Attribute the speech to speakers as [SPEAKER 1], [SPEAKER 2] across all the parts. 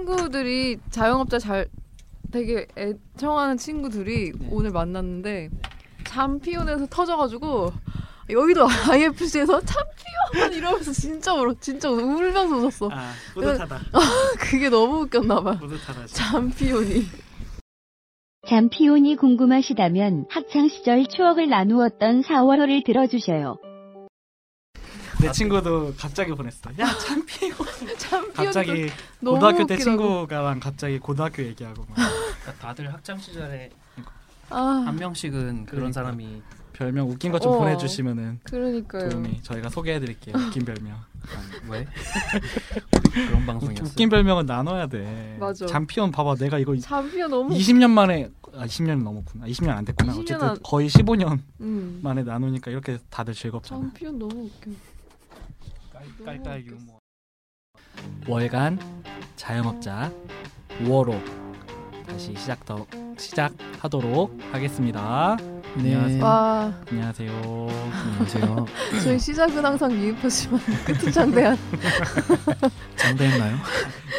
[SPEAKER 1] 친구들이 자영업자 잘 되게 애청하는 친구들이
[SPEAKER 2] 네.
[SPEAKER 1] 오늘 만났는데 잠피온에서 터져가지고 여의도 IFC에서 참피온 이러면서 진짜 울어 진짜 울면서 어, 웃었어
[SPEAKER 2] 아 뿌듯하다.
[SPEAKER 1] 그게 너무 웃겼나봐
[SPEAKER 2] 뿌듯하다. 진짜.
[SPEAKER 1] 잠피온이
[SPEAKER 3] 잠피온이 궁금하시다면 학창시절 추억을 나누었던 4월호를 들어주셔요.
[SPEAKER 2] 내 친구도 갑자기 보냈어. 야 참피요.
[SPEAKER 1] 잠피온이
[SPEAKER 2] 갑자기
[SPEAKER 1] 너무
[SPEAKER 2] 고등학교 때
[SPEAKER 1] 웃기다고.
[SPEAKER 2] 친구가랑 갑자기 고등학교 얘기하고 막
[SPEAKER 4] 그러니까 다들 학창 시절에
[SPEAKER 1] 아
[SPEAKER 4] 한 명씩은 그런
[SPEAKER 2] 그러니까.
[SPEAKER 4] 사람이
[SPEAKER 2] 별명 웃긴 거 좀
[SPEAKER 1] 어. 네. 아.
[SPEAKER 2] 보내주시면은
[SPEAKER 1] 그러니까요
[SPEAKER 2] 도움이 저희가 소개해드릴게요. 웃긴 별명.
[SPEAKER 4] 아니, 왜 그런 방송이었어?
[SPEAKER 2] 웃긴 별명은 나눠야 돼.
[SPEAKER 1] 맞아.
[SPEAKER 2] 잠피온 봐봐. 내가 이거
[SPEAKER 1] 잠피온 너무
[SPEAKER 2] 20년 만에 아 20년 넘었구나. 20년 안 됐구나.
[SPEAKER 1] 20년
[SPEAKER 2] 어쨌든
[SPEAKER 1] 안-
[SPEAKER 2] 거의 15년
[SPEAKER 1] 음.
[SPEAKER 2] 만에 나누니까 이렇게 다들 즐겁잖아.
[SPEAKER 1] 잠피온 너무 웃겨
[SPEAKER 4] 네.
[SPEAKER 1] 깔깔
[SPEAKER 2] 유머. 월간 자영업자 5월호 다시 시작 더 시작하도록 하겠습니다.
[SPEAKER 4] 네.
[SPEAKER 2] 안녕하세요.
[SPEAKER 1] 와
[SPEAKER 2] 안녕하세요.
[SPEAKER 4] 안녕하세요.
[SPEAKER 1] 저희 시작은 항상 미흡하지만 끝은 장대한
[SPEAKER 4] 장대했나요?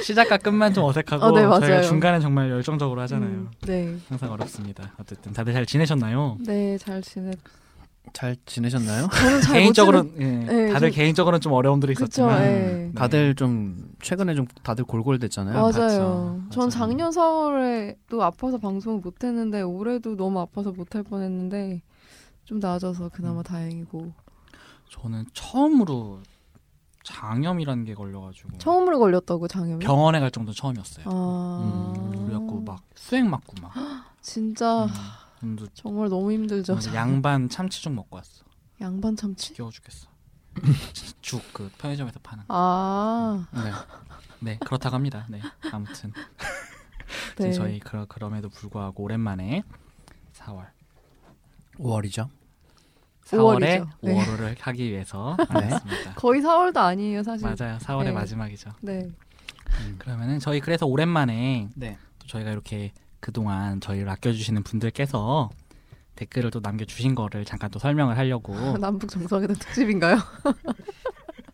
[SPEAKER 2] 시작과 끝만 좀 어색하고
[SPEAKER 1] 어, 네,
[SPEAKER 2] 저희가
[SPEAKER 1] 맞아요.
[SPEAKER 2] 중간에 정말 열정적으로 하잖아요.
[SPEAKER 1] 음. 네네 네,
[SPEAKER 2] 항상 어렵습니다. 어쨌든 다들 잘 지내셨나요?
[SPEAKER 1] 잘 지냈
[SPEAKER 4] 잘 지내셨나요?
[SPEAKER 1] 저는 잘못
[SPEAKER 2] 개인적으로 는
[SPEAKER 1] 네,
[SPEAKER 2] 다들
[SPEAKER 1] 좀-
[SPEAKER 2] 개인적으로는 좀 어려움들이
[SPEAKER 1] 그쵸,
[SPEAKER 2] 있었지만
[SPEAKER 1] 예.
[SPEAKER 2] 네.
[SPEAKER 4] 음, 다들 좀 최근에 좀 다들 골골댔잖아요.
[SPEAKER 1] 맞아요.
[SPEAKER 4] 맞죠.
[SPEAKER 1] 전
[SPEAKER 4] 맞아요.
[SPEAKER 1] 작년 4월에도 아파서 방송을 못했는데 올해도 너무 아파서 못할 뻔했는데 좀 나아져서
[SPEAKER 2] 음.
[SPEAKER 1] 그나마 다행이고
[SPEAKER 2] 저는 처음으로 장염이라는 게 걸려가지고
[SPEAKER 1] 처음으로 걸렸다고 장염이.
[SPEAKER 2] 병원에 갈 정도 처음이었어요.
[SPEAKER 1] 아
[SPEAKER 2] 그래갖고 음, 막 수액 맞고 막
[SPEAKER 1] 진짜
[SPEAKER 2] 음, 눈도
[SPEAKER 1] 정말 너무 힘들죠.
[SPEAKER 2] 저는 양반 참치 죽 먹고 왔어.
[SPEAKER 1] 양반 참치.
[SPEAKER 2] 겨워 죽겠어. 죽 그 편의점에서 파는.
[SPEAKER 1] 아
[SPEAKER 4] 네.
[SPEAKER 2] 네 그렇다고 합니다. 네 아무튼
[SPEAKER 1] 네.
[SPEAKER 2] 지금 음, 저희 그러, 그럼에도 불구하고 오랜만에 4월
[SPEAKER 4] 5월이죠.
[SPEAKER 2] 4월에
[SPEAKER 1] 5월이죠. 네.
[SPEAKER 2] 5월호를 하기 위해서 만났습니다.
[SPEAKER 1] 거의 4월도 아니에요 사실.
[SPEAKER 2] 맞아요. 4월의
[SPEAKER 1] 네.
[SPEAKER 2] 마지막이죠.
[SPEAKER 1] 네.
[SPEAKER 2] 그러면은 저희 그래서 오랜만에
[SPEAKER 4] 네.
[SPEAKER 2] 또 저희가 이렇게 그동안 저희를 아껴주시는 분들께서 댓글을 또 남겨주신 거를 잠깐 또 설명을 하려고
[SPEAKER 1] 남북 정상회담 특집인가요?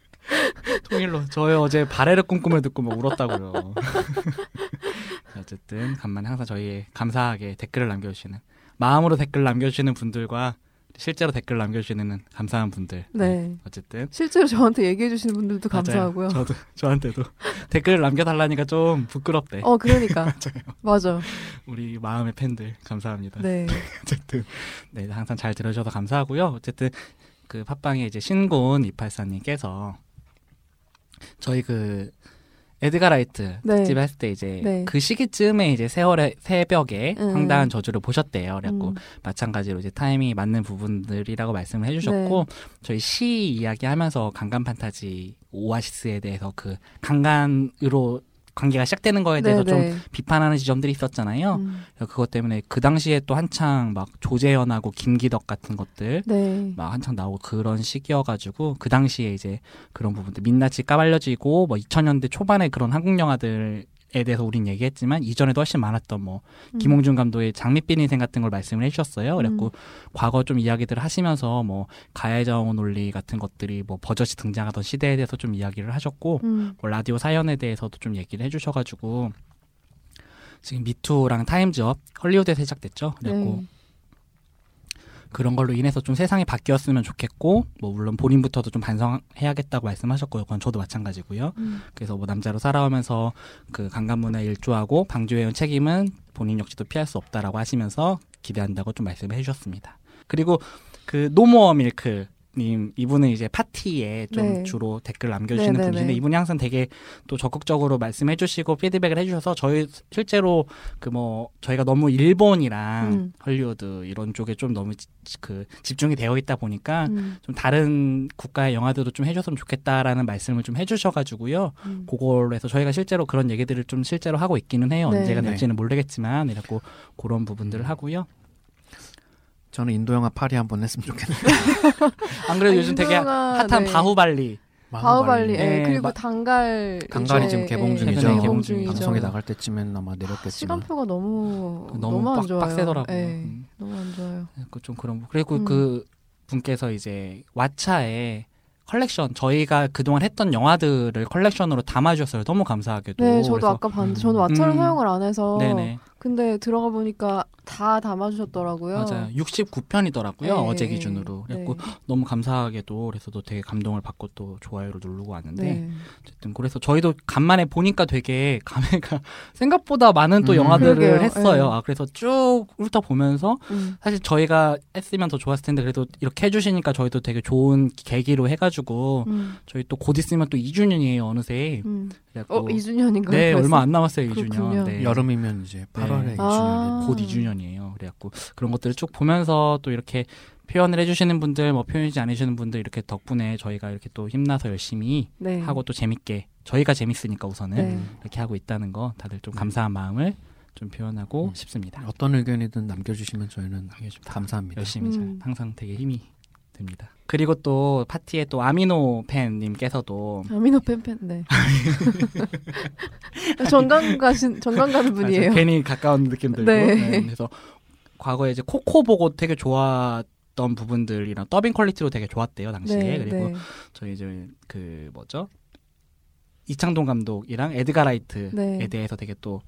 [SPEAKER 2] 통일로 저희 어제 바레르 꿈꿈을 듣고 막 울었다고요. 어쨌든 간만에 항상 저희의 감사하게 댓글을 남겨주시는 마음으로 댓글 남겨주시는 분들과 실제로 댓글 남겨주시는 감사한 분들
[SPEAKER 1] 네.
[SPEAKER 2] 어쨌든
[SPEAKER 1] 실제로 저한테 얘기해 주시는 분들도
[SPEAKER 2] 맞아요.
[SPEAKER 1] 감사하고요.
[SPEAKER 2] 저도 저한테도 댓글을 남겨달라니까 좀 부끄럽대.
[SPEAKER 1] 어 그러니까
[SPEAKER 2] 맞아요.
[SPEAKER 1] 맞아.
[SPEAKER 2] 우리 마음의 팬들 감사합니다.
[SPEAKER 1] 네.
[SPEAKER 2] 어쨌든 네 항상 잘 들어주셔서 감사하고요. 어쨌든 그 팟빵에 이제 신곤 이팔사님께서 저희 그 에드가 라이트
[SPEAKER 1] 네.
[SPEAKER 2] 특집 했을 때 이제
[SPEAKER 1] 네.
[SPEAKER 2] 그 시기쯤에 이제 세월의 새벽에
[SPEAKER 1] 음.
[SPEAKER 2] 황당한 저주를 보셨대요. 그래갖고
[SPEAKER 1] 음.
[SPEAKER 2] 마찬가지로 이제 타이밍이 맞는 부분들이라고 말씀을 해주셨고
[SPEAKER 1] 네.
[SPEAKER 2] 저희 시 이야기하면서 강간 판타지 오아시스에 대해서 그 강간으로 관계가 시작되는 거에 대해서
[SPEAKER 1] 네,
[SPEAKER 2] 좀
[SPEAKER 1] 네.
[SPEAKER 2] 비판하는 지점들이 있었잖아요.
[SPEAKER 1] 음.
[SPEAKER 2] 그래서 그것 때문에 그 당시에 또 한창 막 조재현하고 김기덕 같은 것들
[SPEAKER 1] 네.
[SPEAKER 2] 막 한창 나오고 그런 시기여가지고 그 당시에 이제 그런 부분들 민낯이 까발려지고 뭐 2000년대 초반에 그런 한국 영화들에 대해서 우린 얘기했지만 이전에도 훨씬 많았던 뭐
[SPEAKER 1] 음.
[SPEAKER 2] 김홍준 감독의 장밋빛 인생 같은 걸 말씀을 해주셨어요. 그래갖고
[SPEAKER 1] 음.
[SPEAKER 2] 과거 좀 이야기들을 하시면서 뭐 가해자원 논리 같은 것들이 뭐 버젓이 등장하던 시대에 대해서 좀 이야기를 하셨고
[SPEAKER 1] 음.
[SPEAKER 2] 뭐 라디오 사연에 대해서도 좀 얘기를 해주셔가지고 지금 미투랑 타임즈업 헐리우드에 서 시작됐죠. 그래갖고
[SPEAKER 1] 네.
[SPEAKER 2] 그런 걸로 인해서 좀 세상이 바뀌었으면 좋겠고 뭐 물론 본인부터도 좀 반성해야겠다고 말씀하셨고요. 그건 저도 마찬가지고요.
[SPEAKER 1] 음.
[SPEAKER 2] 그래서 뭐 남자로 살아오면서 그 강간 문화에 일조하고 방조해온 책임은 본인 역시도 피할 수 없다라고 하시면서 기대한다고 좀 말씀해 주셨습니다. 그리고 그 노모어 밀크 님 이분은 이제 파티에 좀
[SPEAKER 1] 네.
[SPEAKER 2] 주로 댓글 남겨주시는
[SPEAKER 1] 네, 네,
[SPEAKER 2] 분이신데
[SPEAKER 1] 네.
[SPEAKER 2] 이분이 항상 되게 또 적극적으로 말씀해주시고 피드백을 해주셔서 저희 실제로 그 뭐 저희가 너무 일본이랑
[SPEAKER 1] 음.
[SPEAKER 2] 헐리우드 이런 쪽에 좀 너무 지- 그 집중이 되어 있다 보니까
[SPEAKER 1] 음.
[SPEAKER 2] 좀 다른 국가의 영화들도 좀 해줬으면 좋겠다라는 말씀을 좀 해주셔가지고요.
[SPEAKER 1] 음.
[SPEAKER 2] 그걸로 해서 저희가 실제로 그런 얘기들을 좀 실제로 하고 있기는 해요.
[SPEAKER 1] 네. 음.
[SPEAKER 2] 언제가
[SPEAKER 4] 네.
[SPEAKER 2] 될지는 모르겠지만 이렇고 그런 부분들을 하고요.
[SPEAKER 4] 저는 인도 영화 파리 한번 했으면 좋겠네요.
[SPEAKER 2] 안 그래도
[SPEAKER 1] 아,
[SPEAKER 2] 요즘 되게
[SPEAKER 1] 인도가,
[SPEAKER 2] 핫한
[SPEAKER 1] 네.
[SPEAKER 2] 바후발리
[SPEAKER 1] 바우발리,
[SPEAKER 2] 예,
[SPEAKER 1] 예, 그리고
[SPEAKER 2] 마-
[SPEAKER 1] 단갈
[SPEAKER 4] 간간이
[SPEAKER 1] 이제,
[SPEAKER 4] 지금 개봉
[SPEAKER 1] 예,
[SPEAKER 4] 중이죠.
[SPEAKER 2] 최근에
[SPEAKER 1] 개봉
[SPEAKER 2] 개봉
[SPEAKER 1] 중이죠.
[SPEAKER 2] 중이죠.
[SPEAKER 4] 방송에 나갈 때쯤엔 아마 내렸겠지만
[SPEAKER 1] 시간표가 너무
[SPEAKER 2] 너무
[SPEAKER 1] 너무 안
[SPEAKER 2] 빡-
[SPEAKER 1] 좋아요.
[SPEAKER 2] 빡세더라고요.
[SPEAKER 1] 예,
[SPEAKER 2] 음. 그
[SPEAKER 1] 너무 안 좋아요.
[SPEAKER 2] 그좀 그런 부- 그리고
[SPEAKER 1] 음.
[SPEAKER 2] 그 분께서 이제 왓챠에 컬렉션 저희가 그동안 했던 영화들을 컬렉션으로 담아주셔서 너무 감사하게도
[SPEAKER 1] 네, 저도
[SPEAKER 2] 그래서-
[SPEAKER 1] 아까 봤는데 저는 왓챠를
[SPEAKER 2] 음.
[SPEAKER 1] 사용을 안 해서
[SPEAKER 2] 네네
[SPEAKER 1] 근데 들어가 보니까 다 담아주셨더라고요.
[SPEAKER 2] 맞아요 69편이더라고요
[SPEAKER 1] 네,
[SPEAKER 2] 어제
[SPEAKER 1] 네,
[SPEAKER 2] 기준으로
[SPEAKER 1] 네.
[SPEAKER 2] 그래갖고 너무 감사하게도 그래서 또 되게 감동을 받고 또 좋아요를 누르고 왔는데
[SPEAKER 1] 네.
[SPEAKER 2] 어쨌든 그래서 저희도 간만에 보니까 되게 감회가 생각보다 많은 또
[SPEAKER 4] 음.
[SPEAKER 2] 영화들을
[SPEAKER 1] 그러게요.
[SPEAKER 2] 했어요.
[SPEAKER 1] 예.
[SPEAKER 2] 아 그래서 쭉 훑어보면서
[SPEAKER 1] 음.
[SPEAKER 2] 사실 저희가 했으면 더 좋았을 텐데 그래도 이렇게 해주시니까 저희도 되게 좋은 계기로 해가지고
[SPEAKER 1] 음.
[SPEAKER 2] 저희 또 곧 있으면 또 2주년이에요 어느새.
[SPEAKER 1] 음.
[SPEAKER 2] 그래갖고
[SPEAKER 1] 어, 2주년인가요?
[SPEAKER 2] 네 얼마 안 남았어요 2주년.
[SPEAKER 1] 그렇군요.
[SPEAKER 2] 네.
[SPEAKER 4] 여름이면 이제 8월에
[SPEAKER 2] 네.
[SPEAKER 4] 2주년에
[SPEAKER 1] 아.
[SPEAKER 2] 곧 2주년이에요. 그래갖고 그런 것들을 쭉 보면서 또 이렇게 표현을 해주시는 분들, 뭐 표현이지 않으시는 분들 이렇게 덕분에 저희가 이렇게 또 힘나서 열심히
[SPEAKER 1] 네.
[SPEAKER 2] 하고 또 재밌게 저희가 재밌으니까 우선은
[SPEAKER 1] 네.
[SPEAKER 2] 이렇게 하고 있다는 거 다들 좀 감사한 마음을 좀 표현하고
[SPEAKER 4] 음.
[SPEAKER 2] 싶습니다.
[SPEAKER 4] 어떤 의견이든 남겨주시면 저희는 감사합니다.
[SPEAKER 1] 음.
[SPEAKER 2] 열심히 잘 항상 되게 힘이 듭니다. 그리고 또 파티에 또 아미노 팬님께서도
[SPEAKER 1] 아미노 팬팬 네. 전강 가신 전강 가는 분이에요.
[SPEAKER 2] 아, 저 괜히 가까운 느낌 들고
[SPEAKER 1] 네.
[SPEAKER 2] 네, 그래서 과거에 이제 코코 보고 되게 좋았던 부분들이랑 더빙 퀄리티도 되게 좋았대요 당시에
[SPEAKER 1] 네,
[SPEAKER 2] 그리고 저희 이제 그 뭐죠 이창동 감독이랑 에드가 라이트에
[SPEAKER 1] 네.
[SPEAKER 2] 대해서 되게 또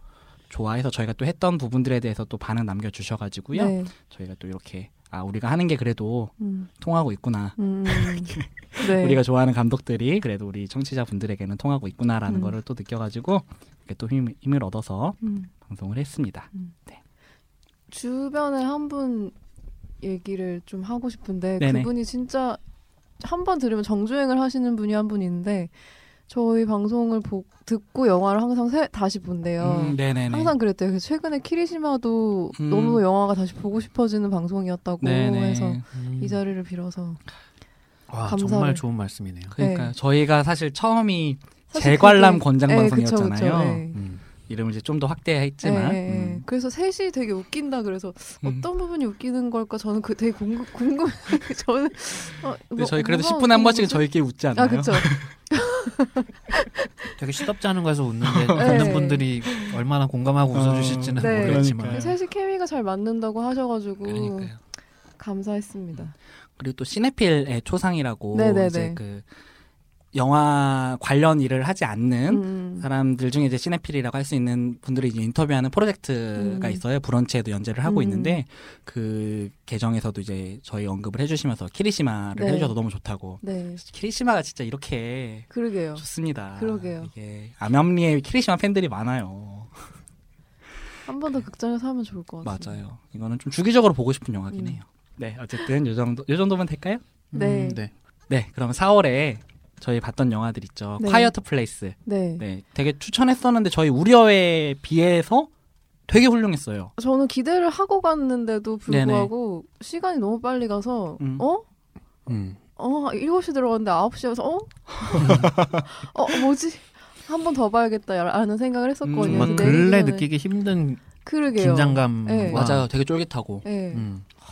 [SPEAKER 2] 좋아해서 저희가 또 했던 부분들에 대해서 또 반응 남겨주셔가지고요
[SPEAKER 1] 네.
[SPEAKER 2] 저희가 또 이렇게 아 우리가 하는 게 그래도
[SPEAKER 1] 음.
[SPEAKER 2] 통하고 있구나
[SPEAKER 1] 음. 네.
[SPEAKER 2] 우리가 좋아하는 감독들이 그래도 우리 청취자분들에게는 통하고 있구나라는
[SPEAKER 1] 음.
[SPEAKER 2] 거를 또 느껴가지고 이렇게 또 힘, 힘을 얻어서
[SPEAKER 1] 음.
[SPEAKER 2] 방송을 했습니다
[SPEAKER 1] 주변에 한 분 얘기를 좀 하고 싶은데
[SPEAKER 2] 네네.
[SPEAKER 1] 그분이 진짜 한 번 들으면 정주행을 하시는 분이 한 분 있는데 저희 방송을 보, 듣고 영화를 항상 새, 다시 본대요.
[SPEAKER 2] 음, 네네네
[SPEAKER 1] 항상 그랬대요. 그래서 최근에 키리시마도
[SPEAKER 2] 음.
[SPEAKER 1] 너무 영화가 다시 보고 싶어지는 방송이었다고
[SPEAKER 2] 네네
[SPEAKER 1] 해서
[SPEAKER 4] 음.
[SPEAKER 1] 이 자리를 빌어서
[SPEAKER 4] 와
[SPEAKER 1] 감사를-
[SPEAKER 4] 정말 좋은 말씀이네요.
[SPEAKER 2] 그러니까
[SPEAKER 1] 네.
[SPEAKER 2] 저희가 사실 처음이
[SPEAKER 1] 사실
[SPEAKER 2] 재관람
[SPEAKER 1] 그게-
[SPEAKER 2] 권장
[SPEAKER 1] 예,
[SPEAKER 2] 방송이었잖아요
[SPEAKER 1] 그쵸, 그쵸, 예.
[SPEAKER 4] 음.
[SPEAKER 2] 이름을 이제 좀 더 확대했지만
[SPEAKER 1] 예, 예.
[SPEAKER 2] 음.
[SPEAKER 1] 그래서 셋이 되게 웃긴다 그래서
[SPEAKER 2] 음.
[SPEAKER 1] 어떤 부분이 웃기는 걸까 저는 그 되게 궁금 궁금 저는 어,
[SPEAKER 2] 근데
[SPEAKER 1] 뭐-
[SPEAKER 2] 저희 그래도
[SPEAKER 1] 뭐가
[SPEAKER 2] 10분에 한
[SPEAKER 1] 웃긴
[SPEAKER 2] 번씩은
[SPEAKER 1] 거지?
[SPEAKER 2] 저희끼리 웃지 않나요?
[SPEAKER 1] 아 그렇죠.
[SPEAKER 4] 되게 시덥지 않은 거에서 웃는데
[SPEAKER 1] 네.
[SPEAKER 4] 듣는 분들이 얼마나 공감하고
[SPEAKER 2] 어,
[SPEAKER 4] 웃어주실지는
[SPEAKER 1] 네.
[SPEAKER 4] 모르겠지만
[SPEAKER 2] 그러니까요.
[SPEAKER 1] 셋이 케미가 잘 맞는다고 하셔가지고
[SPEAKER 2] 그러니까요.
[SPEAKER 1] 감사했습니다.
[SPEAKER 2] 그리고 또 시네필의 초상이라고
[SPEAKER 1] 네네네.
[SPEAKER 2] 이제 그 영화 관련 일을 하지 않는
[SPEAKER 1] 음.
[SPEAKER 2] 사람들 중에 이제 시네필이라고 할 수 있는 분들이 이제 인터뷰하는 프로젝트가
[SPEAKER 1] 음.
[SPEAKER 2] 있어요. 브런치에도 연재를 하고
[SPEAKER 1] 음.
[SPEAKER 2] 있는데 그 계정에서도 이제 저희 언급을 해주시면서 키리시마를
[SPEAKER 1] 네.
[SPEAKER 2] 해주셔서 너무 좋다고.
[SPEAKER 1] 네,
[SPEAKER 2] 키리시마가 진짜 이렇게
[SPEAKER 1] 그러게요.
[SPEAKER 2] 좋습니다.
[SPEAKER 1] 그러게요.
[SPEAKER 2] 이게 암염리에 키리시마 팬들이 많아요.
[SPEAKER 1] 한 번 더 극장에서 하면 좋을 것 같아요.
[SPEAKER 2] 맞아요. 이거는 좀 주기적으로 보고 싶은 영화긴
[SPEAKER 1] 음.
[SPEAKER 2] 해요. 네, 어쨌든 요 정도 요 정도면 될까요?
[SPEAKER 1] 네.
[SPEAKER 4] 네.
[SPEAKER 2] 네, 그러면 4월에 저희 봤던 영화들 있죠.
[SPEAKER 1] 네.
[SPEAKER 2] 콰이어트 플레이스.
[SPEAKER 1] 네.
[SPEAKER 2] 네, 되게 추천했었는데 저희 우려에 비해서 되게 훌륭했어요.
[SPEAKER 1] 저는 기대를 하고 갔는데도 불구하고 시간이 너무 빨리 가서
[SPEAKER 2] 음.
[SPEAKER 1] 어?
[SPEAKER 4] 음.
[SPEAKER 1] 어, 7시 들어갔는데 9시에 와서 어? 어, 뭐지? 한 번 더 봐야겠다라는 생각을
[SPEAKER 2] 음,
[SPEAKER 1] 했었거든요.
[SPEAKER 4] 정말
[SPEAKER 1] 근데
[SPEAKER 4] 근래
[SPEAKER 1] 내일은-
[SPEAKER 4] 느끼기 힘든
[SPEAKER 1] 뭐 그러게요.
[SPEAKER 4] 긴장감 음.
[SPEAKER 1] 네.
[SPEAKER 2] 맞아요. 되게 쫄깃하고.
[SPEAKER 1] 예.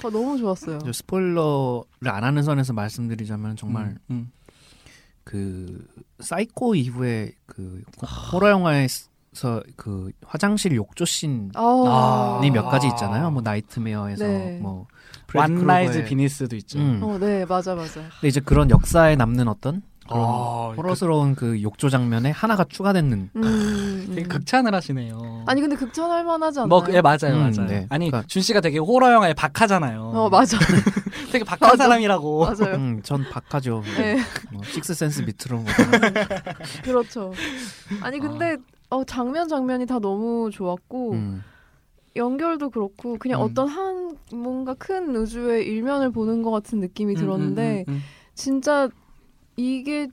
[SPEAKER 1] 어, 너무 좋았어요.
[SPEAKER 4] 스포일러를 안 하는 선에서 말씀드리자면 정말
[SPEAKER 2] 음,
[SPEAKER 4] 그 사이코 이후에 그 호러 영화에서 그 화장실 욕조 씬이
[SPEAKER 1] 아,
[SPEAKER 2] 네,
[SPEAKER 4] 몇 가지 있잖아요. 뭐 나이트메어에서
[SPEAKER 1] 네.
[SPEAKER 4] 뭐
[SPEAKER 2] 음. 원 나이즈
[SPEAKER 4] 프레디 크루거의-
[SPEAKER 2] 비니스도 있죠.
[SPEAKER 4] 음.
[SPEAKER 1] 어, 네, 맞아, 맞아.
[SPEAKER 4] 근데 이제 그런 역사에 남는 어떤 그런
[SPEAKER 2] 아,
[SPEAKER 4] 호러스러운 그 욕조 장면에 하나가 추가되는
[SPEAKER 1] 음, 음.
[SPEAKER 2] 되게 극찬을 하시네요.
[SPEAKER 1] 아니 근데 극찬할 만하지 않나요?
[SPEAKER 2] 뭐, 예, 맞아요,
[SPEAKER 4] 음,
[SPEAKER 2] 맞아요.
[SPEAKER 4] 네.
[SPEAKER 2] 아니,
[SPEAKER 4] 그러니까-
[SPEAKER 2] 준 씨가 되게 호러 영화에 박하잖아요.
[SPEAKER 1] 어, 맞아,
[SPEAKER 2] 되게 박한
[SPEAKER 1] 맞아.
[SPEAKER 2] 사람이라고.
[SPEAKER 1] 맞아요.
[SPEAKER 4] 음, 전 박하죠.
[SPEAKER 1] 네.
[SPEAKER 4] 뭐 식스센스 밑으로 뭐
[SPEAKER 1] 그렇죠. 아니 근데 어, 장면 장면이 다 너무 좋았고
[SPEAKER 4] 음.
[SPEAKER 1] 연결도 그렇고 그냥
[SPEAKER 2] 음.
[SPEAKER 1] 어떤 한 뭔가 큰 우주의 일면을 보는 것 같은 느낌이 들었는데
[SPEAKER 2] 음, 음, 음, 음.
[SPEAKER 1] 진짜 이게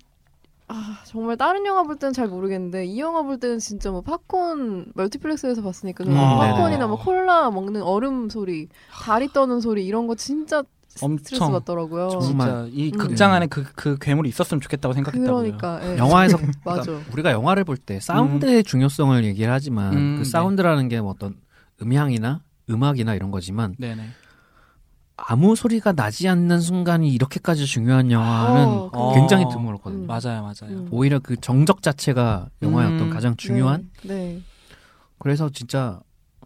[SPEAKER 1] 아, 정말 다른 영화 볼 때는 잘 모르겠는데 이 영화 볼 때는 진짜 뭐 팝콘 멀티플렉스에서 봤으니까 저는
[SPEAKER 2] 음,
[SPEAKER 1] 팝콘이나
[SPEAKER 2] 네네.
[SPEAKER 1] 뭐 콜라 먹는 얼음 소리, 다리 떠는 소리 이런 거 진짜 스트레스
[SPEAKER 2] 엄청
[SPEAKER 1] 받더라고요.
[SPEAKER 4] 정말
[SPEAKER 2] 진짜 이
[SPEAKER 1] 음.
[SPEAKER 2] 극장 안에 그, 그 괴물이 있었으면 좋겠다고 생각했다고요.
[SPEAKER 1] 그러니까 예.
[SPEAKER 4] 영화에서
[SPEAKER 1] 맞아.
[SPEAKER 4] 그러니까 우리가 영화를 볼 때 사운드의 중요성을 얘기를 하지만
[SPEAKER 2] 음,
[SPEAKER 4] 그
[SPEAKER 2] 네.
[SPEAKER 4] 사운드라는 게뭐 어떤 음향이나 음악이나 이런 거지만
[SPEAKER 2] 네네.
[SPEAKER 4] 아무 소리가 나지 않는 순간이 이렇게까지 중요한 영화는
[SPEAKER 1] 어, 그러니까.
[SPEAKER 4] 굉장히
[SPEAKER 2] 어.
[SPEAKER 4] 드물었거든요.
[SPEAKER 1] 음.
[SPEAKER 2] 맞아요, 맞아요.
[SPEAKER 1] 음.
[SPEAKER 4] 오히려 그 정적 자체가 영화의
[SPEAKER 2] 음.
[SPEAKER 4] 어떤 가장 중요한
[SPEAKER 1] 네.
[SPEAKER 4] 그래서 진짜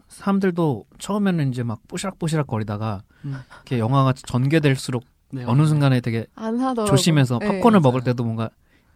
[SPEAKER 4] 사람들도 처음에는 이제 막 뽀시락뽀시락 거리다가
[SPEAKER 2] 음.
[SPEAKER 4] 이렇게 영화가 전개될수록
[SPEAKER 2] 네,
[SPEAKER 4] 어느 순간에 되게
[SPEAKER 1] 안 하더라고.
[SPEAKER 4] 조심해서
[SPEAKER 1] 네.
[SPEAKER 4] 팝콘을 먹을
[SPEAKER 2] 맞아요.
[SPEAKER 4] 때도 뭔가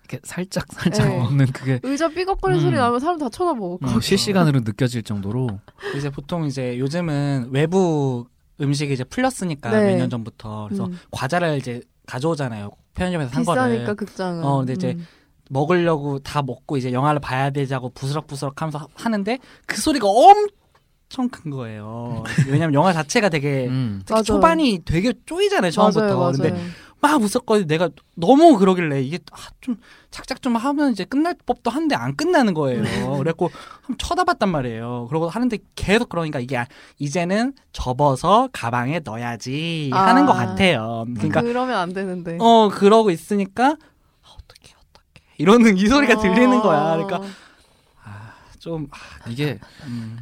[SPEAKER 4] 이렇게 살짝 살짝
[SPEAKER 1] 네.
[SPEAKER 4] 먹는 그게
[SPEAKER 1] 의자 삐걱거리는
[SPEAKER 4] 음.
[SPEAKER 1] 소리 나면 사람 다 쳐다보고.
[SPEAKER 4] 음, 실시간으로 느껴질 정도로
[SPEAKER 2] 이제 보통 이제 요즘은 외부 음식이 이제 풀렸으니까
[SPEAKER 1] 네.
[SPEAKER 2] 몇 년 전부터 그래서
[SPEAKER 1] 음.
[SPEAKER 2] 과자를 이제 가져오잖아요. 편의점에서 산
[SPEAKER 1] 비싸니까
[SPEAKER 2] 거를
[SPEAKER 1] 극장은.
[SPEAKER 2] 어, 근데 이제
[SPEAKER 1] 음.
[SPEAKER 2] 먹으려고 다 먹고 이제 영화를 봐야 되자고 부스럭부스럭 하면서 하- 하는데 그 소리가 엄청 큰 거예요. 왜냐면 영화 자체가 되게
[SPEAKER 4] 음.
[SPEAKER 2] 특히 초반이 되게 쪼이잖아요 처음부터.
[SPEAKER 1] 맞아요, 맞아요.
[SPEAKER 2] 근데 막 웃었거든. 내가 너무 그러길래 이게 아, 좀 착착 좀 하면 이제 끝날 법도 한데 안 끝나는 거예요.
[SPEAKER 1] 네.
[SPEAKER 2] 그래갖고 한번 쳐다봤단 말이에요. 그러고 하는데 계속 그러니까 이게 아, 이제는 접어서 가방에 넣어야지 하는
[SPEAKER 1] 아.
[SPEAKER 2] 것 같아요. 그러니까
[SPEAKER 1] 러면안 되는데.
[SPEAKER 2] 어 그러고 있으니까 아, 어떡해 어떡해 이러는 이 소리가
[SPEAKER 1] 아. 어.
[SPEAKER 2] 들리는 거야. 그러니까 좀 아,
[SPEAKER 4] 이게
[SPEAKER 2] 음,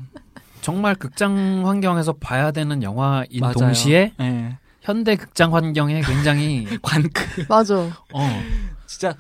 [SPEAKER 4] 정말 극장 환경에서 봐야 되는 영화인
[SPEAKER 2] 맞아요.
[SPEAKER 4] 동시에
[SPEAKER 2] 예.
[SPEAKER 4] 현대 극장 환경에 굉장히
[SPEAKER 2] 관크 그,
[SPEAKER 1] 맞아.
[SPEAKER 4] 어,
[SPEAKER 2] 진짜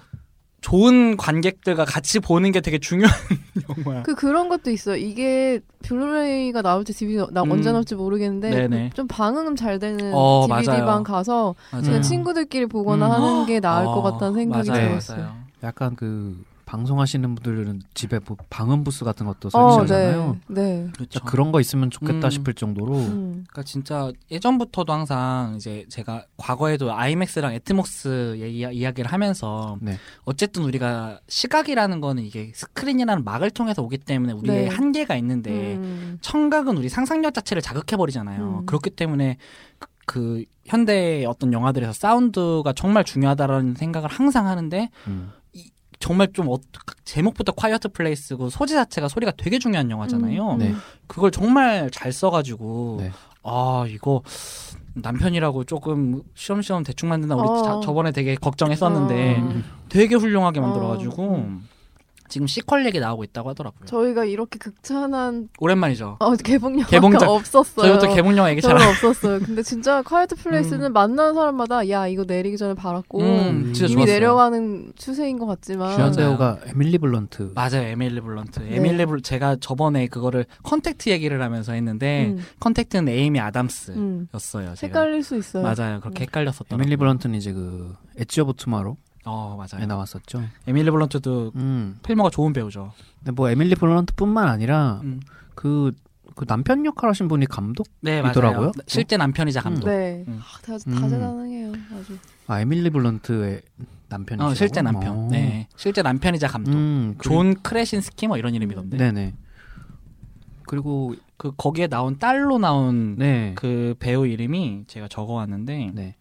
[SPEAKER 2] 좋은 관객들과 같이 보는 게 되게 중요한 영화야.
[SPEAKER 1] 그 그런 것도 있어요. 이게 블루레이가 나올지 DVD 나
[SPEAKER 2] 음.
[SPEAKER 1] 언제 나올지 모르겠는데
[SPEAKER 2] 네네.
[SPEAKER 1] 좀 방음 잘 되는
[SPEAKER 2] 어,
[SPEAKER 1] DVD
[SPEAKER 2] 맞아요.
[SPEAKER 1] 방 가서 그냥
[SPEAKER 4] 음.
[SPEAKER 1] 친구들끼리 보거나
[SPEAKER 2] 음.
[SPEAKER 1] 하는 게 나을 것
[SPEAKER 2] 어,
[SPEAKER 1] 같다는 생각이
[SPEAKER 2] 맞아요,
[SPEAKER 1] 들었어요.
[SPEAKER 2] 맞아요.
[SPEAKER 4] 약간 그 방송하시는 분들은 집에 뭐 방음 부스 같은 것도
[SPEAKER 1] 어,
[SPEAKER 4] 설치하잖아요.
[SPEAKER 1] 네, 네.
[SPEAKER 2] 그렇죠.
[SPEAKER 4] 진짜 그런 거 있으면 좋겠다
[SPEAKER 2] 음.
[SPEAKER 4] 싶을 정도로
[SPEAKER 1] 음.
[SPEAKER 2] 그러니까 진짜 예전부터도 항상 이제 제가 과거에도 아이맥스랑 에트목스 얘기- 이야기를 하면서
[SPEAKER 4] 네.
[SPEAKER 2] 어쨌든 우리가 시각이라는 거는 이게 스크린이라는 막을 통해서 오기 때문에 우리의
[SPEAKER 1] 네.
[SPEAKER 2] 한계가 있는데
[SPEAKER 1] 음.
[SPEAKER 2] 청각은 우리 상상력 자체를 자극해 버리잖아요.
[SPEAKER 1] 음.
[SPEAKER 2] 그렇기 때문에 그, 그 현대의 어떤 영화들에서 사운드가 정말 중요하다라는 생각을 항상 하는데
[SPEAKER 4] 음.
[SPEAKER 2] 정말 좀 어- 제목부터 콰이어트 플레이스고 소재 자체가 소리가 되게 중요한 영화잖아요.
[SPEAKER 1] 음.
[SPEAKER 4] 네.
[SPEAKER 2] 그걸 정말 잘 써가지고
[SPEAKER 4] 네.
[SPEAKER 2] 아 이거 남편이라고 조금 시험시험 대충 만든다 우리
[SPEAKER 1] 어.
[SPEAKER 2] 자- 저번에 되게 걱정했었는데
[SPEAKER 1] 어.
[SPEAKER 2] 되게 훌륭하게
[SPEAKER 1] 어.
[SPEAKER 2] 만들어가지고 지금 시퀄 얘기 나오고 있다고 하더라고요.
[SPEAKER 1] 저희가 이렇게 극찬한
[SPEAKER 2] 오랜만이죠.
[SPEAKER 1] 어, 개봉영화가
[SPEAKER 2] 개봉작-
[SPEAKER 1] 없었어요.
[SPEAKER 2] 저희도 개봉 영화 얘기 잘
[SPEAKER 1] 별로
[SPEAKER 2] 안
[SPEAKER 1] 없었어요. 근데 진짜 콰이어트 플레이스는 만나는 사람마다 야 이거 내리기 전에 바랐고
[SPEAKER 2] 음, 진짜
[SPEAKER 1] 이미
[SPEAKER 2] 좋았어요.
[SPEAKER 1] 내려가는 추세인 것 같지만
[SPEAKER 4] 주연
[SPEAKER 2] 맞아요.
[SPEAKER 4] 배우가 에밀리 블런트
[SPEAKER 2] 맞아요, 에밀리 블런트.
[SPEAKER 1] 네.
[SPEAKER 2] 에밀리 블 제가 저번에 그거를 컨택트 얘기를 하면서 했는데
[SPEAKER 1] 음,
[SPEAKER 2] 컨택트는 에이미
[SPEAKER 1] 음.
[SPEAKER 2] 아담스였어요. 제가.
[SPEAKER 1] 헷갈릴 수 있어요. 음.
[SPEAKER 2] 맞아요, 그렇게 헷갈렸었던.
[SPEAKER 4] 에밀리 블런트는 이제 그 엣지 오브 투마로에
[SPEAKER 2] 어 맞아요.
[SPEAKER 4] 나왔었죠.
[SPEAKER 2] 에밀리 블런트도
[SPEAKER 4] 음.
[SPEAKER 2] 필모가 좋은 배우죠.
[SPEAKER 4] 근데 뭐 에밀리 블런트뿐만 아니라
[SPEAKER 2] 음.
[SPEAKER 4] 그, 그 남편 역할 하신 분이 감독?
[SPEAKER 2] 네, 맞아요.
[SPEAKER 4] 있더라고요.
[SPEAKER 2] 실제 남편이자 감독.
[SPEAKER 1] 네,
[SPEAKER 2] 음.
[SPEAKER 1] 아, 다,
[SPEAKER 4] 음.
[SPEAKER 1] 다재다능해요. 아주
[SPEAKER 4] 아 에밀리 블런트의 남편이죠.
[SPEAKER 2] 어, 실제 남편. 네, 실제 남편이자 감독.
[SPEAKER 4] 음,
[SPEAKER 2] 존 크레신스키 뭐 이런 이름이던데.
[SPEAKER 4] 네, 네. 그리고
[SPEAKER 2] 그 거기에 나온 딸로 나온
[SPEAKER 4] 네.
[SPEAKER 2] 그 배우 이름이 제가 적어왔는데
[SPEAKER 4] 네.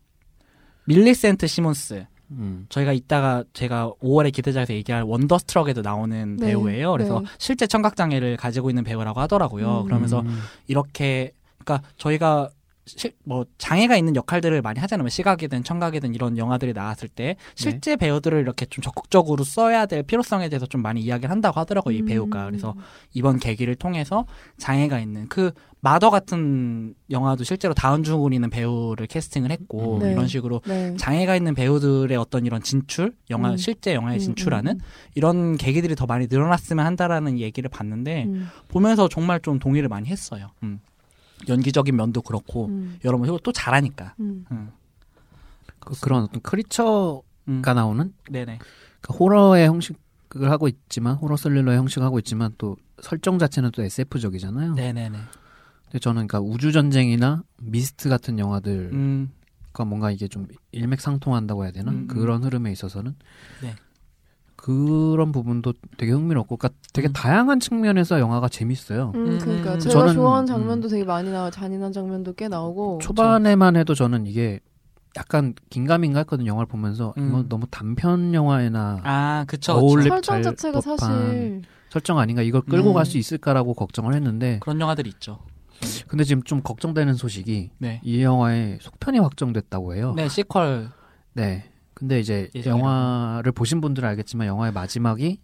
[SPEAKER 2] 밀리센트 시몬스.
[SPEAKER 4] 음.
[SPEAKER 2] 저희가 이따가 제가 5월에 기대작에서 얘기할 원더스트럭에도 나오는
[SPEAKER 1] 네,
[SPEAKER 2] 배우예요. 그래서
[SPEAKER 1] 네.
[SPEAKER 2] 실제 청각 장애를 가지고 있는 배우라고 하더라고요.
[SPEAKER 1] 음.
[SPEAKER 2] 그러면서
[SPEAKER 4] 음.
[SPEAKER 2] 이렇게 그러니까 저희가 실- 뭐 장애가 있는 역할들을 많이 하잖아요. 뭐 시각이든 청각이든 이런 영화들이 나왔을
[SPEAKER 1] 네.
[SPEAKER 2] 때 실제 배우들을 이렇게 좀 적극적으로 써야 될 필요성에 대해서 좀 많이 이야기를 한다고 하더라고요. 어, 이
[SPEAKER 1] 음.
[SPEAKER 2] 배우가. 그래서 이번 계기를 통해서 장애가 있는 그 마더 같은 영화도 실제로 다운증후군이는 배우를 캐스팅을 했고
[SPEAKER 4] 음.
[SPEAKER 1] 네.
[SPEAKER 2] 이런 식으로
[SPEAKER 1] 네.
[SPEAKER 2] 장애가 있는 배우들의 어떤 이런 진출, 영화
[SPEAKER 1] 음.
[SPEAKER 2] 실제 영화에
[SPEAKER 1] 음,
[SPEAKER 2] 진출하는
[SPEAKER 1] 음,
[SPEAKER 2] 이런 계기들이 더 많이 늘어났으면 한다라는 얘기를 봤는데
[SPEAKER 1] 음,
[SPEAKER 2] 보면서 정말 좀 동의를 많이 했어요. 음. 연기적인 면도 그렇고
[SPEAKER 1] 음,
[SPEAKER 2] 여러분 이거 또 잘하니까.
[SPEAKER 1] 음.
[SPEAKER 2] 음.
[SPEAKER 4] 그, 그런 어떤 크리처가
[SPEAKER 2] 음.
[SPEAKER 4] 나오는
[SPEAKER 2] 네네.
[SPEAKER 4] 그러니까 호러의 형식을 하고 있지만 호러 스릴러의 형식을 하고 있지만 또 설정 자체는 또 SF적이잖아요.
[SPEAKER 2] 네네네.
[SPEAKER 4] 근데 저는 그러니까 우주 전쟁이나 미스트 같은 영화들
[SPEAKER 2] 음.
[SPEAKER 4] 그러니까 뭔가 이게 좀 일맥상통한다고 해야 되나
[SPEAKER 2] 음, 음.
[SPEAKER 4] 그런 흐름에 있어서는
[SPEAKER 2] 네.
[SPEAKER 4] 그런 부분도 되게 흥미롭고 그러니까 되게
[SPEAKER 2] 음.
[SPEAKER 4] 다양한 측면에서 영화가 재밌어요
[SPEAKER 1] 음, 그러니까
[SPEAKER 2] 음, 음. 음.
[SPEAKER 1] 제가
[SPEAKER 4] 저는-
[SPEAKER 1] 좋아하는 장면도 되게 많이 나와 잔인한 장면도 꽤
[SPEAKER 2] 어,
[SPEAKER 1] 나오고
[SPEAKER 4] 초반에만 해도 저는 이게 약간 긴가민가 했거든 영화를 보면서
[SPEAKER 2] 음.
[SPEAKER 4] 이건 너무 단편 영화에나
[SPEAKER 2] 아 그쵸.
[SPEAKER 4] 어울리-
[SPEAKER 2] 그쵸.
[SPEAKER 1] 설정
[SPEAKER 4] 잘
[SPEAKER 1] 자체가
[SPEAKER 4] 법한-
[SPEAKER 1] 사실
[SPEAKER 4] 설정 아닌가 이걸 끌고
[SPEAKER 2] 음.
[SPEAKER 4] 갈 수 있을까라고 걱정을 했는데
[SPEAKER 2] 그런 영화들 있죠.
[SPEAKER 4] 근데 지금 좀 걱정되는 소식이
[SPEAKER 2] 네.
[SPEAKER 4] 이 영화의 속편이 확정됐다고 해요.
[SPEAKER 2] 네 시퀄.
[SPEAKER 4] 네. 근데 이제
[SPEAKER 2] 예정이라고.
[SPEAKER 4] 영화를 보신 분들은 알겠지만 영화의 마지막이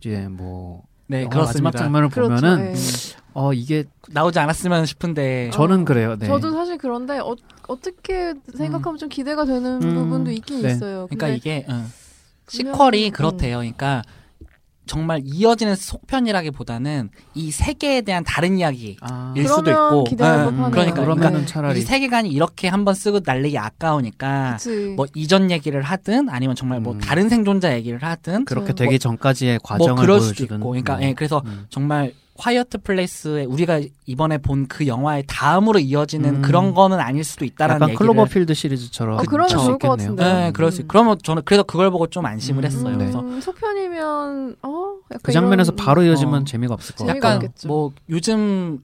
[SPEAKER 4] 이제 뭐
[SPEAKER 2] 네
[SPEAKER 4] 영화
[SPEAKER 2] 그렇습니다.
[SPEAKER 4] 마지막 장면을
[SPEAKER 1] 그렇죠.
[SPEAKER 4] 보면은
[SPEAKER 2] 음.
[SPEAKER 1] 예.
[SPEAKER 4] 어 이게
[SPEAKER 2] 나오지 않았으면 싶은데.
[SPEAKER 1] 저-
[SPEAKER 4] 저는 그래요. 네.
[SPEAKER 1] 저도 사실 그런데 어, 어떻게 생각하면 좀 기대가 되는
[SPEAKER 4] 음.
[SPEAKER 1] 부분도 있긴
[SPEAKER 4] 네.
[SPEAKER 1] 있어요.
[SPEAKER 2] 그러니까
[SPEAKER 1] 근데
[SPEAKER 2] 이게 응.
[SPEAKER 1] 분명히- 음.
[SPEAKER 2] 시퀄이 그렇대요. 그러니까 정말 이어지는 속편이라기보다는 이 세계에 대한 다른 이야기
[SPEAKER 4] 아,
[SPEAKER 2] 일 수도
[SPEAKER 1] 그러면
[SPEAKER 2] 있고.
[SPEAKER 1] 기대할
[SPEAKER 2] 예,
[SPEAKER 1] 법하네요.
[SPEAKER 2] 그러니까,
[SPEAKER 4] 그러면은
[SPEAKER 1] 네.
[SPEAKER 4] 차라리
[SPEAKER 2] 이 세계관이 이렇게 한번 쓰고 날리기 아까우니까
[SPEAKER 1] 그치.
[SPEAKER 2] 뭐 이전 얘기를 하든 아니면 정말 뭐
[SPEAKER 4] 음.
[SPEAKER 2] 다른 생존자 얘기를 하든
[SPEAKER 4] 그렇게
[SPEAKER 1] 뭐-
[SPEAKER 4] 되기 전까지의 과정을
[SPEAKER 2] 뭐 그럴 수도
[SPEAKER 4] 보여주는
[SPEAKER 2] 있고 그러니까
[SPEAKER 4] 음.
[SPEAKER 2] 예, 그래서
[SPEAKER 4] 음.
[SPEAKER 2] 정말 화이어트 플레이스에 우리가 이번에 본 그 영화의 다음으로 이어지는
[SPEAKER 4] 음.
[SPEAKER 2] 그런 거는 아닐 수도 있다라는
[SPEAKER 4] 약간
[SPEAKER 2] 얘기를
[SPEAKER 4] 클로버필드 시리즈처럼
[SPEAKER 1] 아, 그러면
[SPEAKER 4] 할
[SPEAKER 2] 그쵸.
[SPEAKER 4] 수
[SPEAKER 1] 좋을 것
[SPEAKER 4] 있겠네요.
[SPEAKER 1] 같은데.
[SPEAKER 2] 네, 그럴 수.
[SPEAKER 1] 음.
[SPEAKER 2] 그러면 저는 그래서 그걸 보고 좀 안심을
[SPEAKER 4] 음.
[SPEAKER 2] 했어요.
[SPEAKER 4] 네.
[SPEAKER 2] 그래서
[SPEAKER 1] 음, 속편이면 어 약간
[SPEAKER 4] 그 장면에서
[SPEAKER 1] 이런-
[SPEAKER 4] 바로 이어지면
[SPEAKER 2] 어.
[SPEAKER 4] 재미가 없을 것
[SPEAKER 1] 재미가
[SPEAKER 4] 같아요.
[SPEAKER 2] 약간
[SPEAKER 1] 없겠죠.
[SPEAKER 2] 뭐 요즘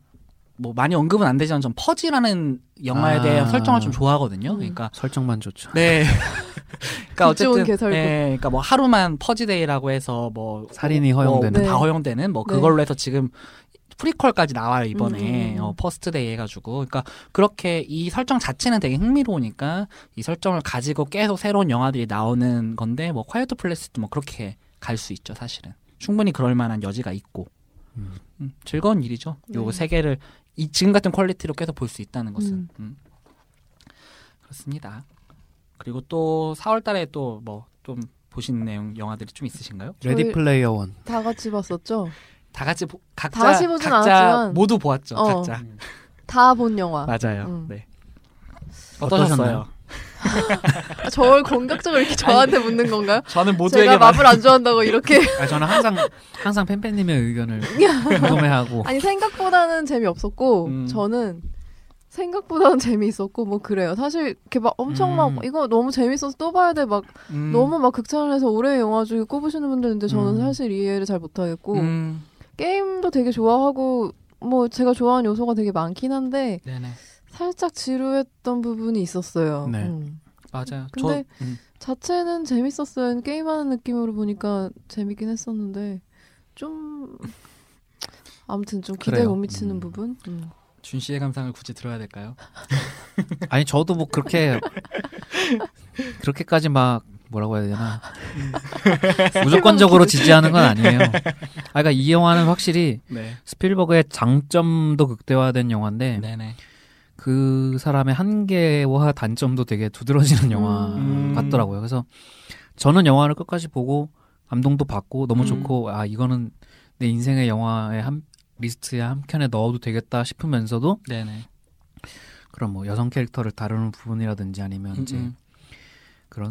[SPEAKER 2] 뭐 많이 언급은 안 되지만 전 퍼지라는 영화에
[SPEAKER 4] 아.
[SPEAKER 2] 대해 설정을 좀 좋아하거든요.
[SPEAKER 1] 음.
[SPEAKER 2] 그러니까
[SPEAKER 4] 설정만 좋죠.
[SPEAKER 2] 네. 그러니까
[SPEAKER 1] 빚 좋은
[SPEAKER 2] 어쨌든
[SPEAKER 1] 개설국.
[SPEAKER 2] 네, 그러니까 뭐 하루만 퍼지데이라고 해서 뭐
[SPEAKER 4] 살인이
[SPEAKER 2] 뭐
[SPEAKER 4] 허용되는
[SPEAKER 1] 네.
[SPEAKER 2] 다 허용되는 뭐
[SPEAKER 1] 네.
[SPEAKER 2] 그걸로 해서 지금 프리퀄까지 나와요 이번에
[SPEAKER 1] 음.
[SPEAKER 2] 어, 퍼스트데이 해가지고 그러니까 그렇게 이 설정 자체는 되게 흥미로우니까 이 설정을 가지고 계속 새로운 영화들이 나오는 건데 뭐 콰이어트 플레스도 뭐 그렇게 갈 수 있죠 사실은 충분히 그럴 만한 여지가 있고
[SPEAKER 4] 음.
[SPEAKER 2] 음, 즐거운 일이죠
[SPEAKER 1] 네.
[SPEAKER 2] 요 세계를 이 지금 같은 퀄리티로 계속 볼 수 있다는 것은
[SPEAKER 1] 음.
[SPEAKER 2] 음. 그렇습니다 그리고 또 4월달에 또 뭐 좀 보신 내용 영화들이 좀 있으신가요?
[SPEAKER 4] 레디
[SPEAKER 1] 저희-
[SPEAKER 4] 플레이어 원.
[SPEAKER 1] 다 같이 봤었죠.
[SPEAKER 2] 다 같이 보- 각자
[SPEAKER 1] 다 같이 보진
[SPEAKER 2] 각자
[SPEAKER 1] 않았지만-
[SPEAKER 2] 모두 보았죠.
[SPEAKER 1] 어.
[SPEAKER 2] 각자
[SPEAKER 1] 다 본 영화.
[SPEAKER 2] 맞아요.
[SPEAKER 1] 음.
[SPEAKER 2] 네.
[SPEAKER 4] 어떠셨나요?
[SPEAKER 2] 어떠셨어요?
[SPEAKER 1] 아, 저걸 공격적으로 이렇게 저한테 묻는 건가요?
[SPEAKER 2] 저는
[SPEAKER 1] 제가
[SPEAKER 2] 모두에게 말...
[SPEAKER 1] 마블 안 좋아한다고 이렇게
[SPEAKER 4] 아, 저는 항상 항상 팬팬님의 의견을 궁금해하고
[SPEAKER 1] 아니 생각보다는 재미없었고
[SPEAKER 2] 음.
[SPEAKER 1] 저는 생각보다는 재미있었고 뭐 그래요. 사실 이렇게 막 엄청
[SPEAKER 4] 음.
[SPEAKER 1] 막 이거 너무 재밌어서 또 봐야 돼 막
[SPEAKER 2] 음.
[SPEAKER 1] 너무 막 극찬을 해서 올해 영화 중에 꼽으시는 분들 있는데 저는
[SPEAKER 2] 음.
[SPEAKER 1] 사실 이해를 잘 못하겠고
[SPEAKER 2] 음.
[SPEAKER 1] 게임도 되게 좋아하고 뭐 제가 좋아하는 요소가 되게 많긴 한데
[SPEAKER 2] 네네
[SPEAKER 1] 살짝 지루했던 부분이 있었어요.
[SPEAKER 4] 네.
[SPEAKER 1] 음.
[SPEAKER 2] 맞아요.
[SPEAKER 1] 근데
[SPEAKER 2] 저 음.
[SPEAKER 1] 자체는 재밌었어요. 게임하는 느낌으로 보니까 재밌긴 했었는데 좀 아무튼 좀 기대
[SPEAKER 4] 그래요.
[SPEAKER 1] 못 미치는
[SPEAKER 4] 음.
[SPEAKER 1] 부분. 음.
[SPEAKER 2] 준 씨의 감상을 굳이 들어야 될까요?
[SPEAKER 4] 아니 저도 뭐 그렇게 그렇게까지 막 뭐라고 해야 되나 무조건적으로 지지하는 건 아니에요. 아까 그러니까 이 영화는 확실히
[SPEAKER 2] 네.
[SPEAKER 4] 스필버그의 장점도 극대화된 영화인데
[SPEAKER 2] 네네.
[SPEAKER 4] 그 사람의 한계와 단점도 되게 두드러지는 영화
[SPEAKER 2] 음.
[SPEAKER 4] 같더라고요. 그래서 저는 영화를 끝까지 보고 감동도 받고 너무
[SPEAKER 2] 음.
[SPEAKER 4] 좋고 아 이거는 내 인생의 영화의 한 리스트에 한 켠에 넣어도 되겠다 싶으면서도
[SPEAKER 2] 네네.
[SPEAKER 4] 그런 뭐 여성 캐릭터를 다루는 부분이라든지 아니면
[SPEAKER 2] 음,
[SPEAKER 4] 이제
[SPEAKER 2] 음.
[SPEAKER 4] 그런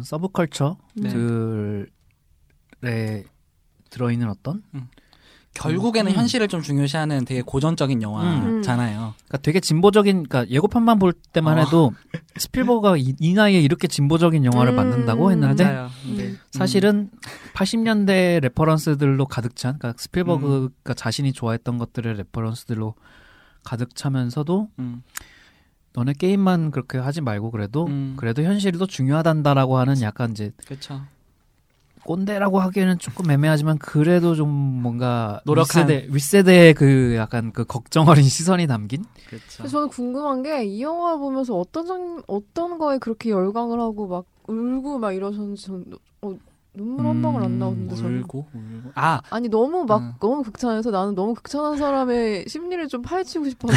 [SPEAKER 2] 네.
[SPEAKER 1] 음.
[SPEAKER 4] 서브컬처들에 들어있는 어떤
[SPEAKER 2] 결국에는
[SPEAKER 4] 음.
[SPEAKER 2] 현실을 좀 중요시하는 되게 고전적인 영화잖아요.
[SPEAKER 1] 음.
[SPEAKER 4] 그러니까 되게 진보적인 그러니까 예고편만 볼 때만
[SPEAKER 2] 어.
[SPEAKER 4] 해도 스필버그가 이, 이 나이에 이렇게 진보적인 영화를
[SPEAKER 1] 음.
[SPEAKER 4] 만든다고 했는데
[SPEAKER 2] 맞아요. 네.
[SPEAKER 4] 사실은 80년대 레퍼런스들로 가득 찬, 그러니까
[SPEAKER 2] 음.
[SPEAKER 4] 스필버그가 자신이 좋아했던 것들의 레퍼런스들로 가득 차면서도
[SPEAKER 2] 음.
[SPEAKER 4] 너네 게임만 그렇게 하지 말고 그래도
[SPEAKER 2] 음.
[SPEAKER 4] 그래도 현실도 중요하단다라고 하는 약간 이제
[SPEAKER 2] 그렇죠.
[SPEAKER 4] 꼰대라고 하기에는 조금 애매하지만 그래도 좀 뭔가
[SPEAKER 2] 노력한.
[SPEAKER 4] 윗세대 윗세대의 그 약간 그 걱정 어린 시선이 담긴
[SPEAKER 2] 그렇죠.
[SPEAKER 1] 근데 저는 궁금한 게 이 영화 보면서 어떤 장, 어떤 거에 그렇게 열광을 하고 막 울고 막 이러셨는지 전 어, 눈물 한 방울 안
[SPEAKER 4] 음,
[SPEAKER 1] 나오는데 저는
[SPEAKER 2] 울고 울고. 아
[SPEAKER 1] 아니 너무 막
[SPEAKER 2] 음.
[SPEAKER 1] 너무 극찬해서 나는 너무 극찬한 사람의 심리를 좀 파헤치고 싶어서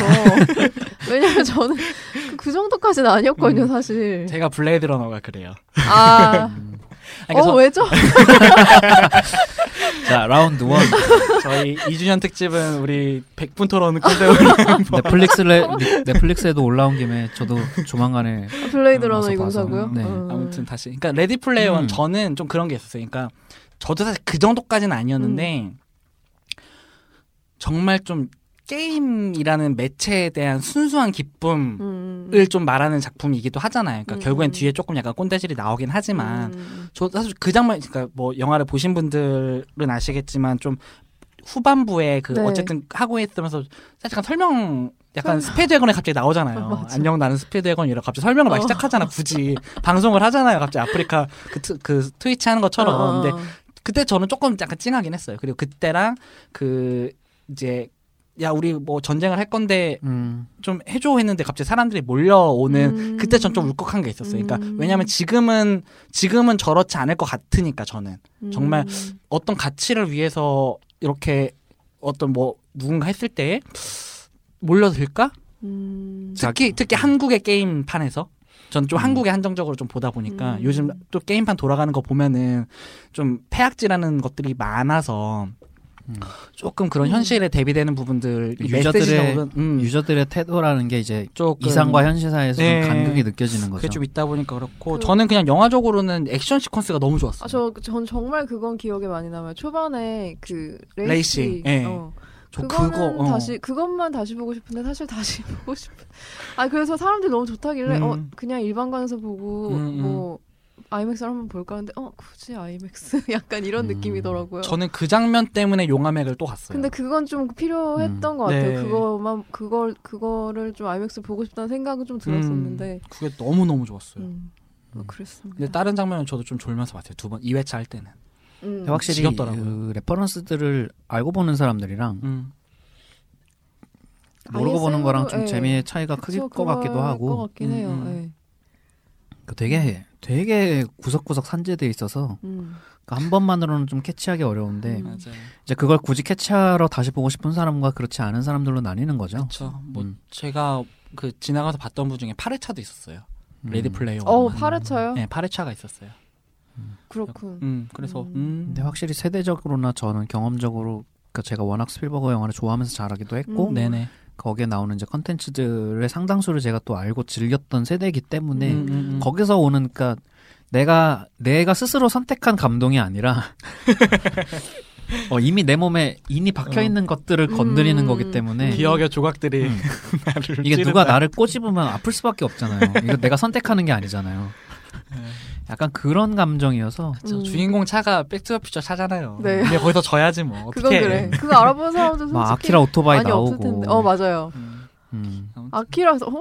[SPEAKER 1] 왜냐면 저는 그, 그 정도까지는 아니었거든요
[SPEAKER 2] 음.
[SPEAKER 1] 사실
[SPEAKER 2] 제가 블레이드 러너가 그래요.
[SPEAKER 1] 아
[SPEAKER 4] 음.
[SPEAKER 2] 아니, 그래서
[SPEAKER 1] 어, 왜죠?
[SPEAKER 4] 자 라운드 원
[SPEAKER 2] 저희 2주년 특집은 우리 100분
[SPEAKER 1] 아,
[SPEAKER 2] 토론 콘셉트
[SPEAKER 4] 넷플릭스에 넷플릭스에도 올라온 김에 저도 조만간에
[SPEAKER 1] 블레이드
[SPEAKER 4] 음,
[SPEAKER 1] 러너
[SPEAKER 4] 와서
[SPEAKER 1] 이공사고요.
[SPEAKER 4] 봐서. 네.
[SPEAKER 1] 음.
[SPEAKER 2] 아무튼 다시 그러니까 레디 플레이어 원
[SPEAKER 4] 음.
[SPEAKER 2] 저는 좀 그런 게 있었어요. 그러니까 저도 사실 그 정도까지는 아니었는데
[SPEAKER 1] 음.
[SPEAKER 2] 정말 좀 게임이라는 매체에 대한 순수한 기쁨을
[SPEAKER 1] 음.
[SPEAKER 2] 좀 말하는 작품이기도 하잖아요. 그러니까
[SPEAKER 1] 음.
[SPEAKER 2] 결국엔 뒤에 조금 약간 꼰대질이 나오긴 하지만
[SPEAKER 1] 음.
[SPEAKER 2] 저 사실 그 장면 그러니까 뭐 영화를 보신 분들은 아시겠지만 좀 후반부에 그
[SPEAKER 1] 네.
[SPEAKER 2] 어쨌든 하고 있으면서 사실 약간 설명 약간 스페드웨건에 갑자기 나오잖아요.
[SPEAKER 1] 맞아.
[SPEAKER 2] 안녕 나는 스페드웨건 이라 갑자기 설명을 막
[SPEAKER 1] 어.
[SPEAKER 2] 시작하잖아. 굳이 방송을 하잖아요. 갑자기 아프리카 그, 트, 그 트위치 하는 것처럼.
[SPEAKER 1] 어, 어,
[SPEAKER 2] 근데
[SPEAKER 1] 어.
[SPEAKER 2] 그때 저는 조금 약간 찡하긴 했어요. 그리고 그때랑 그 이제 야 우리 뭐 전쟁을 할 건데
[SPEAKER 4] 음,
[SPEAKER 2] 좀 해줘 했는데 갑자기 사람들이 몰려오는
[SPEAKER 1] 음.
[SPEAKER 2] 그때 전 좀 울컥한 게 있었어요. 그러니까
[SPEAKER 1] 음.
[SPEAKER 2] 왜냐하면 지금은 지금은 저렇지 않을 것 같으니까 저는
[SPEAKER 1] 음.
[SPEAKER 2] 정말 어떤 가치를 위해서 이렇게 어떤 뭐 누군가 했을 때 몰려들까?
[SPEAKER 1] 음.
[SPEAKER 2] 특히 특히 한국의 게임판에서 저는 좀
[SPEAKER 4] 음.
[SPEAKER 2] 한국에 한정적으로 좀 보다 보니까
[SPEAKER 1] 음.
[SPEAKER 2] 요즘 또 게임판 돌아가는 거 보면은 좀 폐악질하는 것들이 많아서
[SPEAKER 4] 음.
[SPEAKER 2] 조금 그런 현실에 대비되는 부분들 이
[SPEAKER 4] 유저들의-
[SPEAKER 2] 메시지적으로는, 음,
[SPEAKER 4] 유저들의 태도라는 게 이제
[SPEAKER 2] 조금
[SPEAKER 4] 이상과 현실 사이에서 좀
[SPEAKER 2] 그러니까 네.
[SPEAKER 4] 간극이 느껴지는
[SPEAKER 2] 그게
[SPEAKER 4] 거죠.
[SPEAKER 2] 좀 있다 보니까 그렇고
[SPEAKER 1] 그렇죠. 그-
[SPEAKER 2] 저는 그냥 영화적으로는 액션 시퀀스가 너무 좋았어요.
[SPEAKER 1] 아, 저, 전 정말 그건 기억에 많이 남아요. 초반에 그 레이싱.
[SPEAKER 2] 레이싱, 예.
[SPEAKER 1] 어.
[SPEAKER 2] 저
[SPEAKER 1] 그거는
[SPEAKER 2] 그거, 어.
[SPEAKER 1] 다시 그것만 다시 보고 싶은데 사실 다시 보고 싶은. 아 그래서 사람들이 너무 좋다길래
[SPEAKER 2] 음.
[SPEAKER 1] 어 그냥 일반관에서 보고
[SPEAKER 2] 음,
[SPEAKER 1] 뭐 아이맥스를 한번 볼까 하는데 어 굳이 아이맥스 약간 이런
[SPEAKER 4] 음.
[SPEAKER 1] 느낌이더라고요.
[SPEAKER 2] 저는 그 장면 때문에 용암액을 또 갔어요.
[SPEAKER 1] 근데 그건 좀 필요했던
[SPEAKER 4] 음.
[SPEAKER 1] 것 같아요.
[SPEAKER 2] 네.
[SPEAKER 1] 그거만 그걸 그거를 좀 아이맥스 보고 싶다는 생각은 좀 들었었는데.
[SPEAKER 2] 음, 그게 너무 너무 좋았어요.
[SPEAKER 1] 음. 어, 그랬습니다.
[SPEAKER 2] 근데 다른 장면은 저도 좀 졸면서 봤어요. 두 번 2회차 할 때는.
[SPEAKER 1] 음.
[SPEAKER 4] 확실히
[SPEAKER 2] 지겹더라고요.
[SPEAKER 4] 그 레퍼런스들을 알고 보는 사람들이랑
[SPEAKER 2] 음.
[SPEAKER 4] 모르고
[SPEAKER 1] ISM 으로,
[SPEAKER 4] 보는 거랑 좀
[SPEAKER 1] 예.
[SPEAKER 4] 재미의 차이가 크길
[SPEAKER 1] 그쵸,
[SPEAKER 4] 것 같기도
[SPEAKER 1] 그럴 것
[SPEAKER 4] 하고
[SPEAKER 1] 같긴
[SPEAKER 2] 음,
[SPEAKER 1] 해요.
[SPEAKER 2] 음.
[SPEAKER 1] 예.
[SPEAKER 4] 그 되게 되게 구석구석 산재돼 있어서
[SPEAKER 1] 음.
[SPEAKER 4] 그한 번만으로는 좀 캐치하기 어려운데
[SPEAKER 1] 음.
[SPEAKER 2] 맞아요.
[SPEAKER 4] 이제 그걸 굳이 캐치하러 다시 보고 싶은 사람과 그렇지 않은 사람들로 나뉘는 거죠.
[SPEAKER 2] 그렇죠. 뭐
[SPEAKER 4] 음.
[SPEAKER 2] 제가 그 지나가서 봤던 분 중에 8회차도 있었어요.
[SPEAKER 4] 음.
[SPEAKER 2] 레디 플레이어.
[SPEAKER 1] 어
[SPEAKER 2] 원.
[SPEAKER 1] 파래쳐요?
[SPEAKER 2] 네, 8회차가 있었어요.
[SPEAKER 1] 그렇군.
[SPEAKER 2] 음, 그래서 음.
[SPEAKER 4] 근데 확실히 세대적으로나 저는 경험적으로 그러니까 제가 워낙 스필버거 영화를 좋아하면서 잘하기도 했고
[SPEAKER 1] 음.
[SPEAKER 2] 네네.
[SPEAKER 4] 거기에 나오는 이제 컨텐츠들의 상당수를 제가 또 알고 즐겼던 세대이기 때문에
[SPEAKER 2] 음, 음, 음.
[SPEAKER 4] 거기서 오는 그러니까 내가 내가 스스로 선택한 감동이 아니라 어, 이미 내 몸에 인이 박혀 있는 것들을 건드리는
[SPEAKER 1] 음.
[SPEAKER 4] 거기 때문에
[SPEAKER 2] 어. 기억의 조각들이
[SPEAKER 4] 음.
[SPEAKER 2] 나를
[SPEAKER 4] 이게
[SPEAKER 2] 찌른다.
[SPEAKER 4] 누가 나를 꼬집으면 아플 수밖에 없잖아요. 이거 내가 선택하는 게 아니잖아요.
[SPEAKER 2] 네.
[SPEAKER 4] 약간 그런 감정이어서
[SPEAKER 2] 그쵸.
[SPEAKER 1] 음.
[SPEAKER 2] 주인공 차가 백투더퓨처 차잖아요.
[SPEAKER 1] 네.
[SPEAKER 2] 근데 거기서 져야지 뭐.
[SPEAKER 1] 그건
[SPEAKER 2] 어떻게
[SPEAKER 1] 그래. 그거 알아보는 사람들 솔직히
[SPEAKER 4] 막 아키라 오토바이
[SPEAKER 1] 많이 없을 텐데.
[SPEAKER 4] 나오고
[SPEAKER 1] 어 맞아요.
[SPEAKER 4] 음.
[SPEAKER 1] 아키라서 어?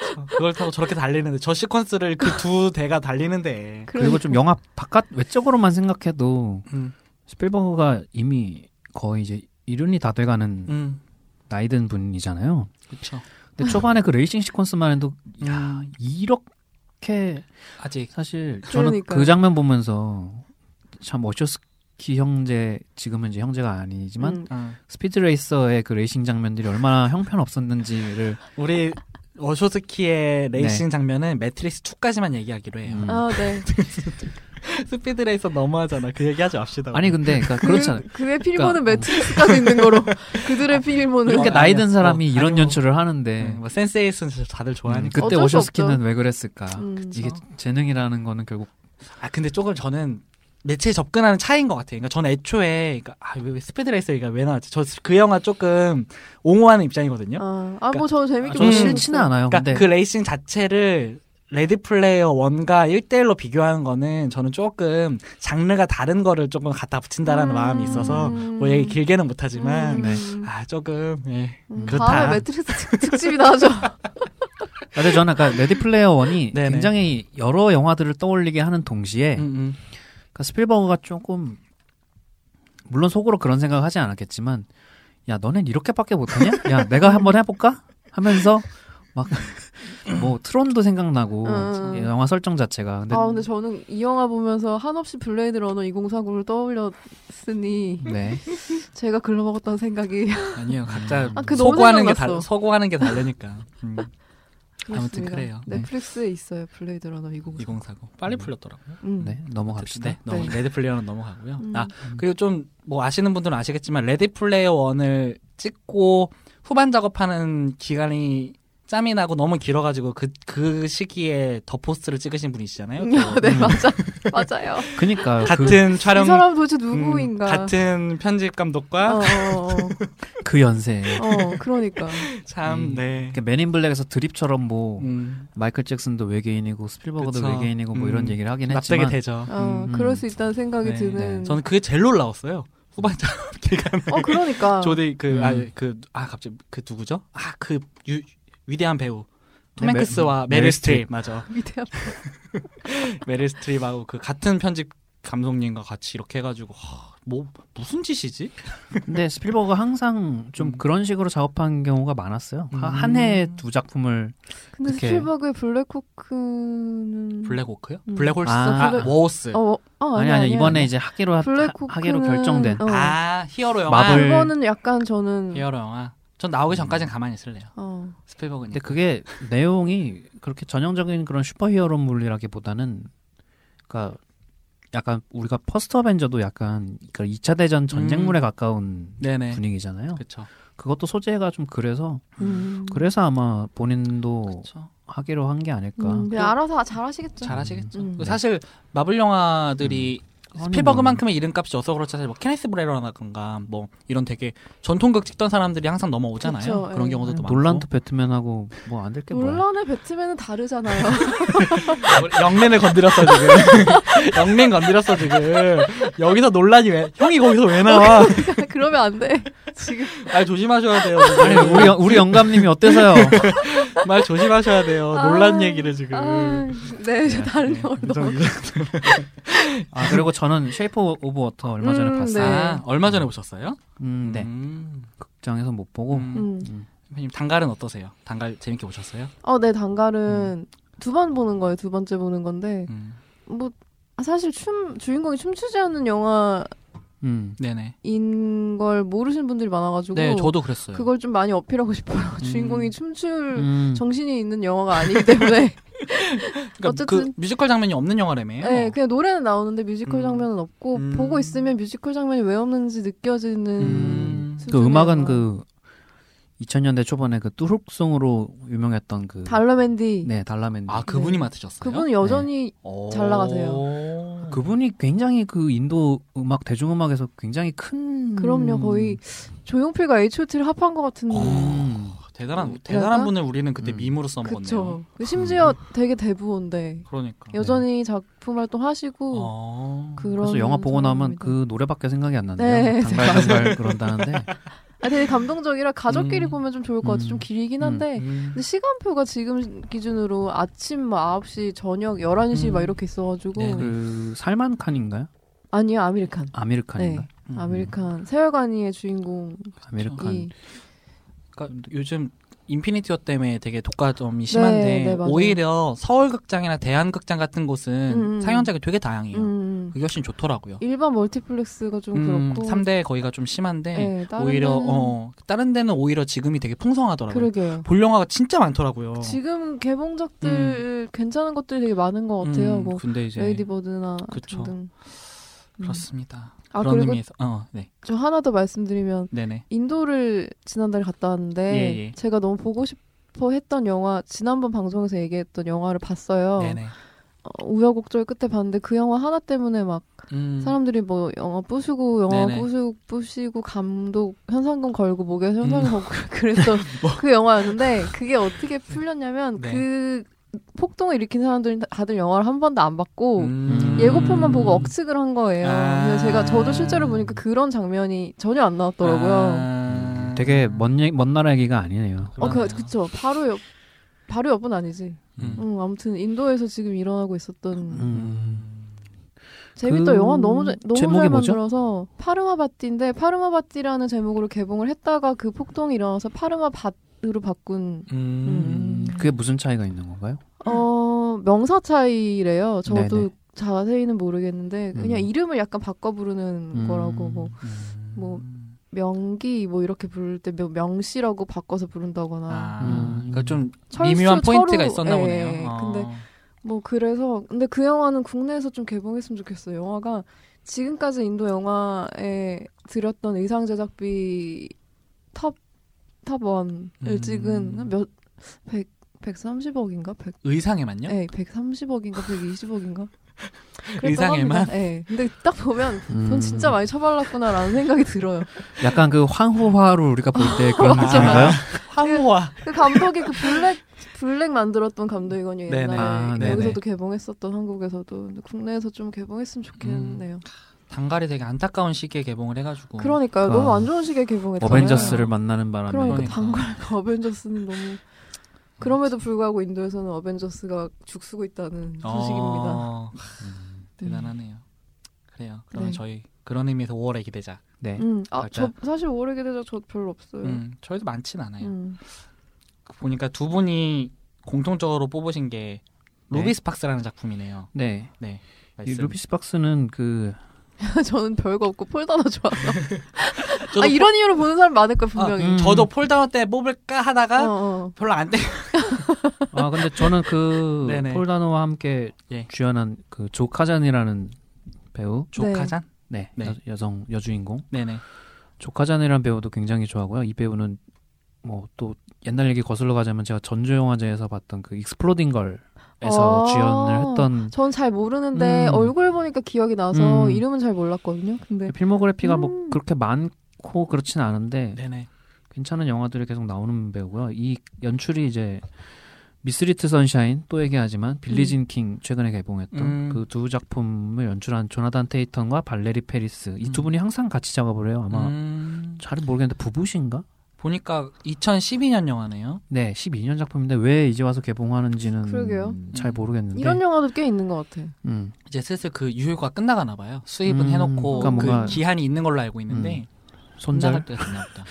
[SPEAKER 4] 네,
[SPEAKER 2] 그걸 타고 저렇게 달리는데 저 시퀀스를 그 두 대가 달리는데
[SPEAKER 1] 그러니까.
[SPEAKER 4] 그리고 좀 영화 바깥 외적으로만 생각해도
[SPEAKER 2] 음.
[SPEAKER 4] 스필버그가 이미 거의 이제 이른이 다 돼가는
[SPEAKER 2] 음
[SPEAKER 4] 나이든 분이잖아요.
[SPEAKER 2] 그쵸
[SPEAKER 4] 근데 초반에 그 레이싱 시퀀스만 해도
[SPEAKER 2] 야
[SPEAKER 4] 이렇게
[SPEAKER 2] 아직
[SPEAKER 4] 사실 저는 그
[SPEAKER 1] 그러니까요.
[SPEAKER 4] 장면 보면서 참 어셔스키 형제 지금은 이제 형제가 아니지만
[SPEAKER 1] 음,
[SPEAKER 2] 어.
[SPEAKER 4] 스피드레이서의 그 레이싱 장면들이 얼마나 형편없었는지를
[SPEAKER 2] 아, 우리 워쇼스키의 레이싱 장면은 매트릭스 2까지만 얘기하기로 해요
[SPEAKER 4] 네. 음.
[SPEAKER 1] 아 네.
[SPEAKER 2] 스피드 레이서 너무하잖아 그 얘기하지 맙시다
[SPEAKER 4] 아니 근데 그러니까 그렇잖아요.
[SPEAKER 1] 그, 그의 필모는
[SPEAKER 4] 그러니까, 아,
[SPEAKER 1] 매트릭스까지 있는 거로 그들의 필모는
[SPEAKER 4] 이렇게
[SPEAKER 2] 어,
[SPEAKER 4] 그러니까 나이 든
[SPEAKER 2] 아니요.
[SPEAKER 4] 사람이
[SPEAKER 2] 뭐,
[SPEAKER 4] 이런
[SPEAKER 2] 아니요.
[SPEAKER 4] 연출을 하는데
[SPEAKER 2] 네. 뭐 센세이스는 다들
[SPEAKER 4] 음,
[SPEAKER 2] 좋아하니까
[SPEAKER 4] 그때
[SPEAKER 1] 어쩔 수
[SPEAKER 4] 워셔스키는
[SPEAKER 1] 없죠.
[SPEAKER 4] 왜 그랬을까?
[SPEAKER 1] 음.
[SPEAKER 4] 이게 재능이라는 거는 결국
[SPEAKER 2] 아 근데 조금 저는 매체에 접근하는 차이인 것 같아요. 그러니까 저는 애초에 그러니까 아, 왜, 왜 스피드 레이서 얘기가 왜 나왔지? 저 그 영화 조금 옹호하는 입장이거든요.
[SPEAKER 1] 아뭐 저는 재밌게
[SPEAKER 2] 저는
[SPEAKER 4] 저는
[SPEAKER 1] 봤어요.
[SPEAKER 4] 싫지는 그러니까 않아요.
[SPEAKER 2] 그러니까
[SPEAKER 4] 근데
[SPEAKER 2] 그 레이싱 자체를 레디 플레이어 1과 1대1로 비교하는 거는 저는 조금 장르가 다른 거를 조금 갖다 붙인다라는
[SPEAKER 1] 음.
[SPEAKER 2] 마음이 있어서 뭐 얘기 길게는 못하지만
[SPEAKER 1] 음.
[SPEAKER 4] 네.
[SPEAKER 2] 아 조금 예.
[SPEAKER 1] 음,
[SPEAKER 2] 그렇다.
[SPEAKER 1] 다음에 매트릭스 특- 특집이나 하죠.
[SPEAKER 4] 근데 저는 아까 레디 플레이어 원이
[SPEAKER 2] 네네.
[SPEAKER 4] 굉장히 여러 영화들을 떠올리게 하는
[SPEAKER 1] 네.
[SPEAKER 4] 동시에
[SPEAKER 2] 음, 음.
[SPEAKER 4] 그러니까 스필버그가 조금 물론 속으로 그런 생각 하지 않았겠지만 야 너넨 이렇게밖에 못하냐? 야 내가 한번 해볼까? 하면서 막 뭐 트론도 생각나고
[SPEAKER 1] 음.
[SPEAKER 4] 이 영화 설정 자체가
[SPEAKER 2] 네.
[SPEAKER 4] 근데,
[SPEAKER 1] 아 근데 저는 이 영화 보면서 한없이 블레이드 러너 2049를 떠올렸으니
[SPEAKER 4] 네
[SPEAKER 1] 제가 글러먹었던 생각이
[SPEAKER 2] 아니요 각자
[SPEAKER 1] 아, 그 너무
[SPEAKER 2] 소고하는 게
[SPEAKER 1] 생각났어.
[SPEAKER 2] 다, 소고하는 게 다르니까 음, 아무튼
[SPEAKER 1] 그렇습니다.
[SPEAKER 2] 그래요. 네.
[SPEAKER 1] 넷플릭스에 있어요 블레이드 러너 2049.
[SPEAKER 2] 2049 빨리 풀렸더라고요.
[SPEAKER 1] 음.
[SPEAKER 4] 네 넘어갑시다
[SPEAKER 2] 네, 넘- 레디 플레이어는 넘어가고요.
[SPEAKER 1] 음.
[SPEAKER 2] 아 그리고 좀 뭐 아시는 분들은 아시겠지만 레디 플레이어 1을 찍고 후반 작업하는 기간이 짬이 나고 너무 길어가지고 그 그 시기에 더 포스트를 찍으신 분이시잖아요. 또.
[SPEAKER 1] 네 맞아 맞아요.
[SPEAKER 4] 그니까 그,
[SPEAKER 2] 같은
[SPEAKER 1] 이
[SPEAKER 2] 음. 촬영
[SPEAKER 1] 사람 도대체
[SPEAKER 2] 음,
[SPEAKER 1] 누구인가?
[SPEAKER 2] 같은 편집 감독과
[SPEAKER 1] 어, 어, 어.
[SPEAKER 4] 그 연세
[SPEAKER 1] 어, 그러니까.
[SPEAKER 2] 참
[SPEAKER 4] 음.
[SPEAKER 2] 네.
[SPEAKER 4] 맨인 블랙에서 드립처럼 뭐
[SPEAKER 2] 음,
[SPEAKER 4] 마이클 잭슨도 외계인이고 스필버그도
[SPEAKER 2] 그쵸.
[SPEAKER 4] 외계인이고 뭐 이런
[SPEAKER 2] 음.
[SPEAKER 4] 얘기를 하긴
[SPEAKER 2] 납득이
[SPEAKER 4] 했지만
[SPEAKER 2] 되죠.
[SPEAKER 1] 어,
[SPEAKER 4] 음,
[SPEAKER 1] 그럴
[SPEAKER 4] 음.
[SPEAKER 1] 수 있다는 생각이
[SPEAKER 2] 네,
[SPEAKER 1] 드는.
[SPEAKER 4] 네.
[SPEAKER 2] 저는 그게 제일 놀라웠어요. 후반 작업 기간
[SPEAKER 1] 어, 그러니까.
[SPEAKER 2] 조디
[SPEAKER 4] 음.
[SPEAKER 2] 그아 그 아 갑자기 그 누구죠? 아 그 위대한 배우 톰
[SPEAKER 4] 네, 메-
[SPEAKER 2] 행크스와
[SPEAKER 4] 메릴
[SPEAKER 2] 메릴
[SPEAKER 4] 스트립.
[SPEAKER 2] 스트립 맞아.
[SPEAKER 1] 위대한.
[SPEAKER 2] 메릴 스트립하고 그 같은 편집 감독님과 같이 이렇게 해가지고 허, 뭐 무슨 짓이지?
[SPEAKER 4] 근데 스필버그가 항상 좀
[SPEAKER 2] 음.
[SPEAKER 4] 그런 식으로 작업한 경우가 많았어요
[SPEAKER 2] 음.
[SPEAKER 4] 한 해에 두 작품을
[SPEAKER 1] 근데
[SPEAKER 4] 이렇게.
[SPEAKER 1] 스필버그의 블랙호크는.
[SPEAKER 2] 블랙호크요?
[SPEAKER 1] 음.
[SPEAKER 2] 블랙홀스,
[SPEAKER 4] 아,
[SPEAKER 2] 아,
[SPEAKER 1] 블랙-
[SPEAKER 2] 워호스.
[SPEAKER 1] 어, 어, 어, 아니,
[SPEAKER 4] 아니 아니
[SPEAKER 1] 아니.
[SPEAKER 4] 이번에 이제 하기로 하,
[SPEAKER 1] 블랙호크는.
[SPEAKER 4] 하기로 결정된
[SPEAKER 1] 어.
[SPEAKER 2] 아 히어로 영화.
[SPEAKER 4] 마블.
[SPEAKER 1] 그거는 약간 저는.
[SPEAKER 2] 히어로 영화. 전 나오기 전까진 가만히 있을래요.
[SPEAKER 1] 어.
[SPEAKER 2] 스필버그니까.
[SPEAKER 4] 근데 그게 내용이 그렇게 전형적인 그런 슈퍼히어로 물리라기보다는 그러니까 약간 우리가 퍼스트 어벤져도 약간 그 2차 대전 전쟁물에 가까운
[SPEAKER 2] 음. 네네.
[SPEAKER 4] 분위기잖아요.
[SPEAKER 2] 그렇죠.
[SPEAKER 4] 그것도 소재가 좀 그래서
[SPEAKER 1] 음.
[SPEAKER 4] 그래서 아마 본인도
[SPEAKER 2] 그렇죠.
[SPEAKER 4] 하기로 한 게 아닐까.
[SPEAKER 1] 음, 그냥 알아서 잘 하시겠죠.
[SPEAKER 2] 잘하시겠죠.
[SPEAKER 1] 음.
[SPEAKER 2] 그 사실 마블 영화들이
[SPEAKER 4] 아니,
[SPEAKER 2] 스필버그만큼의 이름값이 어서 그렇지 사실 뭐 케네스 브레러라든가 뭐 이런 되게 전통극 찍던 사람들이 항상 넘어오잖아요.
[SPEAKER 1] 그쵸,
[SPEAKER 2] 그런
[SPEAKER 1] 예.
[SPEAKER 2] 경우도 또
[SPEAKER 4] 놀란트 배트맨하고 뭐 안 될 게 뭐야.
[SPEAKER 1] 논란의 배트맨은 다르잖아요.
[SPEAKER 2] 많고 영랜을 건드렸어 지금. 영랜 건드렸어 지금. 여기서 논란이 왜 형이 거기서 왜 나와?
[SPEAKER 1] 그러면 안 돼. 지금
[SPEAKER 2] 말 조심하셔야 돼요.
[SPEAKER 4] 아니, 우리 영- 우리 영감님이 어때서요?
[SPEAKER 2] 말 조심하셔야 돼요.
[SPEAKER 1] 아,
[SPEAKER 2] 논란 얘기를 지금.
[SPEAKER 1] 아, 네, 저 다른
[SPEAKER 2] 그 네,
[SPEAKER 1] 영화로
[SPEAKER 2] 이
[SPEAKER 1] 넘어.
[SPEAKER 2] 정도.
[SPEAKER 4] 아 그리고 저는 쉐이프 오브 워터 얼마 전에
[SPEAKER 1] 음,
[SPEAKER 4] 봤어요.
[SPEAKER 1] 네.
[SPEAKER 2] 아, 얼마 전에 보셨어요?
[SPEAKER 4] 음, 네.
[SPEAKER 2] 음.
[SPEAKER 4] 극장에서 못 보고
[SPEAKER 2] 음.
[SPEAKER 1] 음.
[SPEAKER 2] 선생님 단갈은 어떠세요? 단갈 재밌게 보셨어요?
[SPEAKER 1] 어, 네, 단갈은 두 번 보는 거예요. 두 번째 보는 건데
[SPEAKER 2] 음.
[SPEAKER 1] 뭐 아, 사실 춤 주인공이 춤추지 않는
[SPEAKER 4] 음.
[SPEAKER 2] 네네.
[SPEAKER 1] 영화인 걸 모르시는 분들이 많아가지고
[SPEAKER 2] 네, 저도 그랬어요.
[SPEAKER 1] 그걸 좀 많이 어필하고 싶어요. 주인공이 춤출
[SPEAKER 4] 음.
[SPEAKER 1] 정신이 있는 영화가 아니기 때문에
[SPEAKER 2] 그러니까
[SPEAKER 1] 어쨌든-
[SPEAKER 2] 그 뮤지컬 장면이 없는 영화라며요.
[SPEAKER 1] 네, 그냥 노래는 나오는데 뮤지컬
[SPEAKER 2] 어. 음.
[SPEAKER 1] 장면은 없고
[SPEAKER 2] 음.
[SPEAKER 1] 보고 있으면 뮤지컬 장면이 왜 없는지 느껴지는
[SPEAKER 2] 음.
[SPEAKER 1] 수준의
[SPEAKER 4] 그 음악은
[SPEAKER 1] 영화.
[SPEAKER 4] 그 2000년대 초반에 그 뚜룩송으로 유명했던 그
[SPEAKER 1] 달러맨디
[SPEAKER 4] 네, 달라맨디.
[SPEAKER 2] 아 그분이
[SPEAKER 1] 네.
[SPEAKER 2] 맡으셨어요? 어.
[SPEAKER 1] 그분 여전히 잘 나가세요.
[SPEAKER 2] 그
[SPEAKER 4] 그분이 굉장히 그 인도 음악 대중음악에서 굉장히 큰
[SPEAKER 1] 그럼요 거의 조용필과 H.O.T.를 합한 것 같은
[SPEAKER 4] 음.
[SPEAKER 2] 대단한
[SPEAKER 1] 음,
[SPEAKER 2] 대단한
[SPEAKER 1] 약간?
[SPEAKER 2] 분을 우리는 그때
[SPEAKER 4] 음.
[SPEAKER 2] 밈으로 써먹었네요.
[SPEAKER 1] 그쵸 그 심지어 되게 대부호인데
[SPEAKER 2] 그러니까.
[SPEAKER 1] 여전히 작품 활동하시고
[SPEAKER 2] 어.
[SPEAKER 1] 그런
[SPEAKER 4] 그래서 영화 보고 나면
[SPEAKER 1] 사람입니다.
[SPEAKER 4] 그 노래밖에 생각이 안 난대요.
[SPEAKER 1] 네.
[SPEAKER 4] 단발 단발 그런다는데.
[SPEAKER 1] 아, 되게 감동적이라 가족끼리
[SPEAKER 2] 음.
[SPEAKER 1] 보면 좀 좋을 것 같아요
[SPEAKER 4] 음.
[SPEAKER 1] 좀 길긴
[SPEAKER 4] 음.
[SPEAKER 1] 한데
[SPEAKER 2] 음.
[SPEAKER 1] 근데 시간표가 지금 기준으로 아침 막 9시 저녁 11시
[SPEAKER 2] 음.
[SPEAKER 1] 막 이렇게 있어가지고
[SPEAKER 2] 네네.
[SPEAKER 4] 그 살만 칸인가요?
[SPEAKER 1] 아니요 아메리칸
[SPEAKER 4] 아메리칸인가? 그렇죠.
[SPEAKER 1] 네. 아메리칸 세월간이의 주인공이
[SPEAKER 4] 아메리칸.
[SPEAKER 1] 예.
[SPEAKER 2] 그러니까 요즘 인피니티워 때문에 되게 독과점이 심한데
[SPEAKER 1] 네, 맞아요.
[SPEAKER 2] 오히려 서울극장이나 대한극장 같은 곳은
[SPEAKER 1] 음.
[SPEAKER 2] 상영작이 되게 다양해요.
[SPEAKER 1] 음,
[SPEAKER 2] 그게 훨씬 좋더라고요. 음,
[SPEAKER 1] 일반 멀티플렉스가 좀 그렇고
[SPEAKER 2] 3대 거기가 좀 심한데
[SPEAKER 1] 네, 다른
[SPEAKER 2] 오히려
[SPEAKER 1] 데는-
[SPEAKER 2] 어 다른 데는 오히려 지금이 되게 풍성하더라고요.
[SPEAKER 1] 그러게요
[SPEAKER 2] 볼 영화가 진짜 많더라고요.
[SPEAKER 1] 지금 개봉작들 괜찮은 것들이 되게 많은 것 같아요
[SPEAKER 2] 음,
[SPEAKER 1] 뭐
[SPEAKER 2] 근데 이제
[SPEAKER 1] 레이디버드나
[SPEAKER 2] 그쵸.
[SPEAKER 1] 등등 음.
[SPEAKER 2] 그렇습니다.
[SPEAKER 1] 아
[SPEAKER 2] 그런
[SPEAKER 1] 그리고
[SPEAKER 2] 의미에서 어, 네,
[SPEAKER 1] 저 하나 더 말씀드리면
[SPEAKER 2] 네네.
[SPEAKER 1] 인도를 지난달 갔다 왔는데
[SPEAKER 2] 예, 예.
[SPEAKER 1] 제가 너무 보고 싶어 했던 영화 지난번 방송에서 얘기했던 영화를 봤어요.
[SPEAKER 2] 네네.
[SPEAKER 1] 어, 우여곡절 끝에 봤는데 그 영화 하나 때문에 막
[SPEAKER 2] 음,
[SPEAKER 1] 사람들이 뭐 영화 부수고 영화
[SPEAKER 2] 네네.
[SPEAKER 1] 부수 부시고 감독 현상금 걸고 목에서
[SPEAKER 2] 음.
[SPEAKER 1] 현상금 걸고 그랬던 그 영화였는데 그게 어떻게 풀렸냐면
[SPEAKER 2] 뭐. 네.
[SPEAKER 1] 그 폭동을 일으킨 사람들은 다들 영화를 한 번도 안 봤고
[SPEAKER 2] 음.
[SPEAKER 1] 예고편만 보고 억측을 한 거예요.
[SPEAKER 2] 아.
[SPEAKER 1] 그래서 제가 저도 실제로 보니까 그런 장면이 전혀 안 나왔더라고요.
[SPEAKER 2] 아.
[SPEAKER 4] 되게 뭐- 먼, 얘기- 먼 나라 얘기가 아니네요.
[SPEAKER 1] 어, 그,
[SPEAKER 2] 그러네요.
[SPEAKER 1] 그쵸. 바로 옆, 바로 옆은 아니지.
[SPEAKER 2] 음.
[SPEAKER 1] 응, 아무튼 인도에서 지금 일어나고 있었던
[SPEAKER 2] 음.
[SPEAKER 1] 재밌던
[SPEAKER 4] 그
[SPEAKER 1] 영화 너무 잘- 너무
[SPEAKER 4] 제목이
[SPEAKER 1] 잘
[SPEAKER 4] 뭐죠?
[SPEAKER 1] 만들어서 파르마바띠인데 파르마바띠라는 제목으로 개봉을 했다가 그 폭동이 일어나서 파르마밭으로 바꾼
[SPEAKER 2] 음.
[SPEAKER 4] 그게 무슨 차이가 있는 건가요?
[SPEAKER 1] 어 명사 차이래요. 저도
[SPEAKER 4] 네네.
[SPEAKER 1] 자세히는 모르겠는데 그냥
[SPEAKER 4] 음.
[SPEAKER 1] 이름을 약간 바꿔 부르는
[SPEAKER 4] 음.
[SPEAKER 1] 거라고 뭐 뭐
[SPEAKER 2] 음.
[SPEAKER 1] 명기 뭐 이렇게 부를 때 명- 명시라고 바꿔서 부른다거나
[SPEAKER 2] 아,
[SPEAKER 4] 음.
[SPEAKER 2] 그러니까 좀
[SPEAKER 1] 철수,
[SPEAKER 2] 미묘한 포인트가
[SPEAKER 1] 철우,
[SPEAKER 2] 있었나
[SPEAKER 1] 예,
[SPEAKER 2] 보네요. 어.
[SPEAKER 1] 근데 뭐 그래서 근데 그 영화는 국내에서 좀 개봉했으면 좋겠어요. 영화가 지금까지 인도 영화에 들였던 의상 제작비 탑탑 원을
[SPEAKER 2] 음.
[SPEAKER 1] 찍은 몇백 130억인가? 100,
[SPEAKER 2] 의상에만요?
[SPEAKER 1] 예, 130억인가? 120억인가?
[SPEAKER 2] 의상에만?
[SPEAKER 1] 예. 근데 딱 보면
[SPEAKER 4] 음.
[SPEAKER 1] 돈 진짜 많이 쳐발랐구나라는 생각이 들어요.
[SPEAKER 4] 약간 그 황후화를 우리가 볼 때 그런
[SPEAKER 2] 맞아.
[SPEAKER 4] 느낌인가요?
[SPEAKER 2] 황후와
[SPEAKER 1] 그 감독이 그 블랙 블랙 만들었던 감독이거든요.
[SPEAKER 2] 네네.
[SPEAKER 1] 옛날에
[SPEAKER 4] 아, 네네.
[SPEAKER 1] 여기서도 개봉했었던 한국에서도 근데 국내에서 좀 개봉했으면 좋겠네요.
[SPEAKER 2] 단갈이 되게 안타까운 시기에 개봉을 해가지고
[SPEAKER 1] 그러니까요.
[SPEAKER 4] 그러니까.
[SPEAKER 1] 너무 안 좋은 시기에 개봉했잖아요.
[SPEAKER 4] 어벤져스를 만나는 바람에
[SPEAKER 1] 네, 그러니까,
[SPEAKER 2] 그러니까.
[SPEAKER 1] 단걸 어벤져스는 너무 그럼에도 불구하고 인도에서는 어벤져스가 죽쓰고 있다는 소식입니다.
[SPEAKER 2] 어, 대단하네요. 그래요. 그러면
[SPEAKER 1] 네.
[SPEAKER 2] 저희 그런 의미에서 5월에 기대자.
[SPEAKER 4] 네.
[SPEAKER 1] 음, 아, 저
[SPEAKER 4] 맞아.
[SPEAKER 1] 사실 오래 기대자 저 별로 없어요.
[SPEAKER 2] 음, 저희도 많진 않아요.
[SPEAKER 1] 네. 음.
[SPEAKER 2] 보니까 두 분이 공통적으로 뽑으신 게
[SPEAKER 1] 네.
[SPEAKER 2] 루비스 박스라는 작품이네요.
[SPEAKER 4] 네.
[SPEAKER 2] 네.
[SPEAKER 4] 이
[SPEAKER 2] 말씀.
[SPEAKER 4] 루비스 박스는 그
[SPEAKER 1] 저는 별거 없고 폴더나 좋아서.
[SPEAKER 2] 저도
[SPEAKER 1] 아 이런 이유로 보는 사람 많을 거 분명히.
[SPEAKER 4] 아, 음.
[SPEAKER 2] 저도 폴다운 때 뽑을까 하다가
[SPEAKER 1] 어, 어.
[SPEAKER 2] 별로 안 돼.
[SPEAKER 4] 아, 근데 저는 그
[SPEAKER 2] 네네.
[SPEAKER 4] 폴다노와 함께
[SPEAKER 2] 예.
[SPEAKER 4] 주연한 그 조 카잔이라는 배우
[SPEAKER 2] 조카잔?
[SPEAKER 4] 네,
[SPEAKER 2] 네.
[SPEAKER 4] 여, 성 여주인공
[SPEAKER 2] 네. 네
[SPEAKER 4] 조카잔이라는 배우도 굉장히 좋아하고요. 이 배우는 뭐 또 옛날 얘기 거슬러 가자면 제가 전주 영화제에서 봤던 그 익스플로딩 걸에서
[SPEAKER 1] 아.
[SPEAKER 4] 주연을 했던
[SPEAKER 1] 전 잘 모르는데
[SPEAKER 4] 음.
[SPEAKER 1] 얼굴 보니까 기억이 나서
[SPEAKER 4] 음.
[SPEAKER 1] 이름은 잘 몰랐거든요. 근데
[SPEAKER 4] 필모그래피가 뭐
[SPEAKER 1] 음.
[SPEAKER 4] 그렇게 많고 그렇진 않은데
[SPEAKER 2] 네네.
[SPEAKER 4] 괜찮은 영화들이 계속 나오는 배우고요. 이 연출이 이제 미스리트 선샤인 또 얘기하지만 빌리진 킹 최근에 개봉했던
[SPEAKER 2] 음.
[SPEAKER 4] 그 두 작품을 연출한 조나단 테이턴과 발레리 페리스 이 두
[SPEAKER 2] 음.
[SPEAKER 4] 분이 항상 같이 작업을 해요. 아마
[SPEAKER 2] 음,
[SPEAKER 4] 잘 모르겠는데 부부신가?
[SPEAKER 2] 보니까 2012년 영화네요.
[SPEAKER 4] 네, 12년 작품인데 왜 이제 와서 개봉하는지는
[SPEAKER 1] 그러게요.
[SPEAKER 2] 음.
[SPEAKER 4] 잘 모르겠는데.
[SPEAKER 1] 이런 영화도 꽤 있는 것 같아.
[SPEAKER 4] 음,
[SPEAKER 2] 이제 슬슬 그 유효가 끝나가나 봐요. 수입은
[SPEAKER 4] 음,
[SPEAKER 2] 해놓고
[SPEAKER 4] 그러니까
[SPEAKER 2] 그
[SPEAKER 4] 뭔가- 음,
[SPEAKER 2] 기한이 있는 걸로 알고 있는데
[SPEAKER 4] 손절.
[SPEAKER 2] 끝나갈 때가 됐나 보다.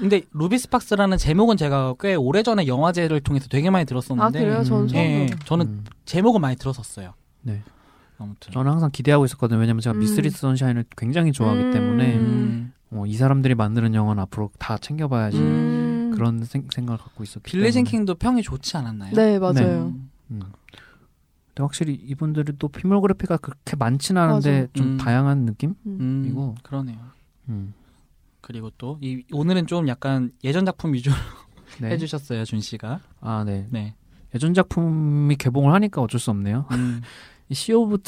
[SPEAKER 2] 근데 루비스팍스라는 제목은 제가 꽤 오래전에 영화제를 통해서 되게 많이 들었었는데
[SPEAKER 1] 아 그래요?
[SPEAKER 4] 음.
[SPEAKER 1] 전 처음
[SPEAKER 2] 예,
[SPEAKER 1] 들어요.
[SPEAKER 2] 저는
[SPEAKER 4] 음.
[SPEAKER 2] 제목은 많이 들었었어요.
[SPEAKER 4] 네.
[SPEAKER 2] 아무튼.
[SPEAKER 4] 저는 항상 기대하고 있었거든요. 왜냐면 제가
[SPEAKER 1] 음.
[SPEAKER 4] 미스리트 선샤인을 굉장히 좋아하기
[SPEAKER 1] 음.
[SPEAKER 4] 때문에
[SPEAKER 2] 음.
[SPEAKER 4] 어, 이 사람들이 만드는 영화는 앞으로 다 챙겨봐야지
[SPEAKER 1] 음.
[SPEAKER 4] 그런 생, 각을 갖고 있었기
[SPEAKER 2] 빌리진
[SPEAKER 4] 때문에.
[SPEAKER 2] 킹도 평이 좋지 않았나요?
[SPEAKER 1] 네 맞아요.
[SPEAKER 2] 음.
[SPEAKER 4] 음. 근데 확실히 이분들이 또 피몰그래피가 그렇게 많진 않은데
[SPEAKER 1] 맞아.
[SPEAKER 4] 좀
[SPEAKER 2] 음.
[SPEAKER 4] 다양한 느낌?
[SPEAKER 2] 음,
[SPEAKER 4] 이거.
[SPEAKER 2] 그러네요.
[SPEAKER 4] 음.
[SPEAKER 2] 그리고 또 이, 오늘은 좀 약간 예전 작품 위주로
[SPEAKER 4] 네.
[SPEAKER 2] 해주셨어요, 준 씨가.
[SPEAKER 4] 아, 네.
[SPEAKER 2] 네.
[SPEAKER 4] 예전 작품이 개봉을 하니까 어쩔 수 없네요.
[SPEAKER 2] 음.
[SPEAKER 4] 이 시 오브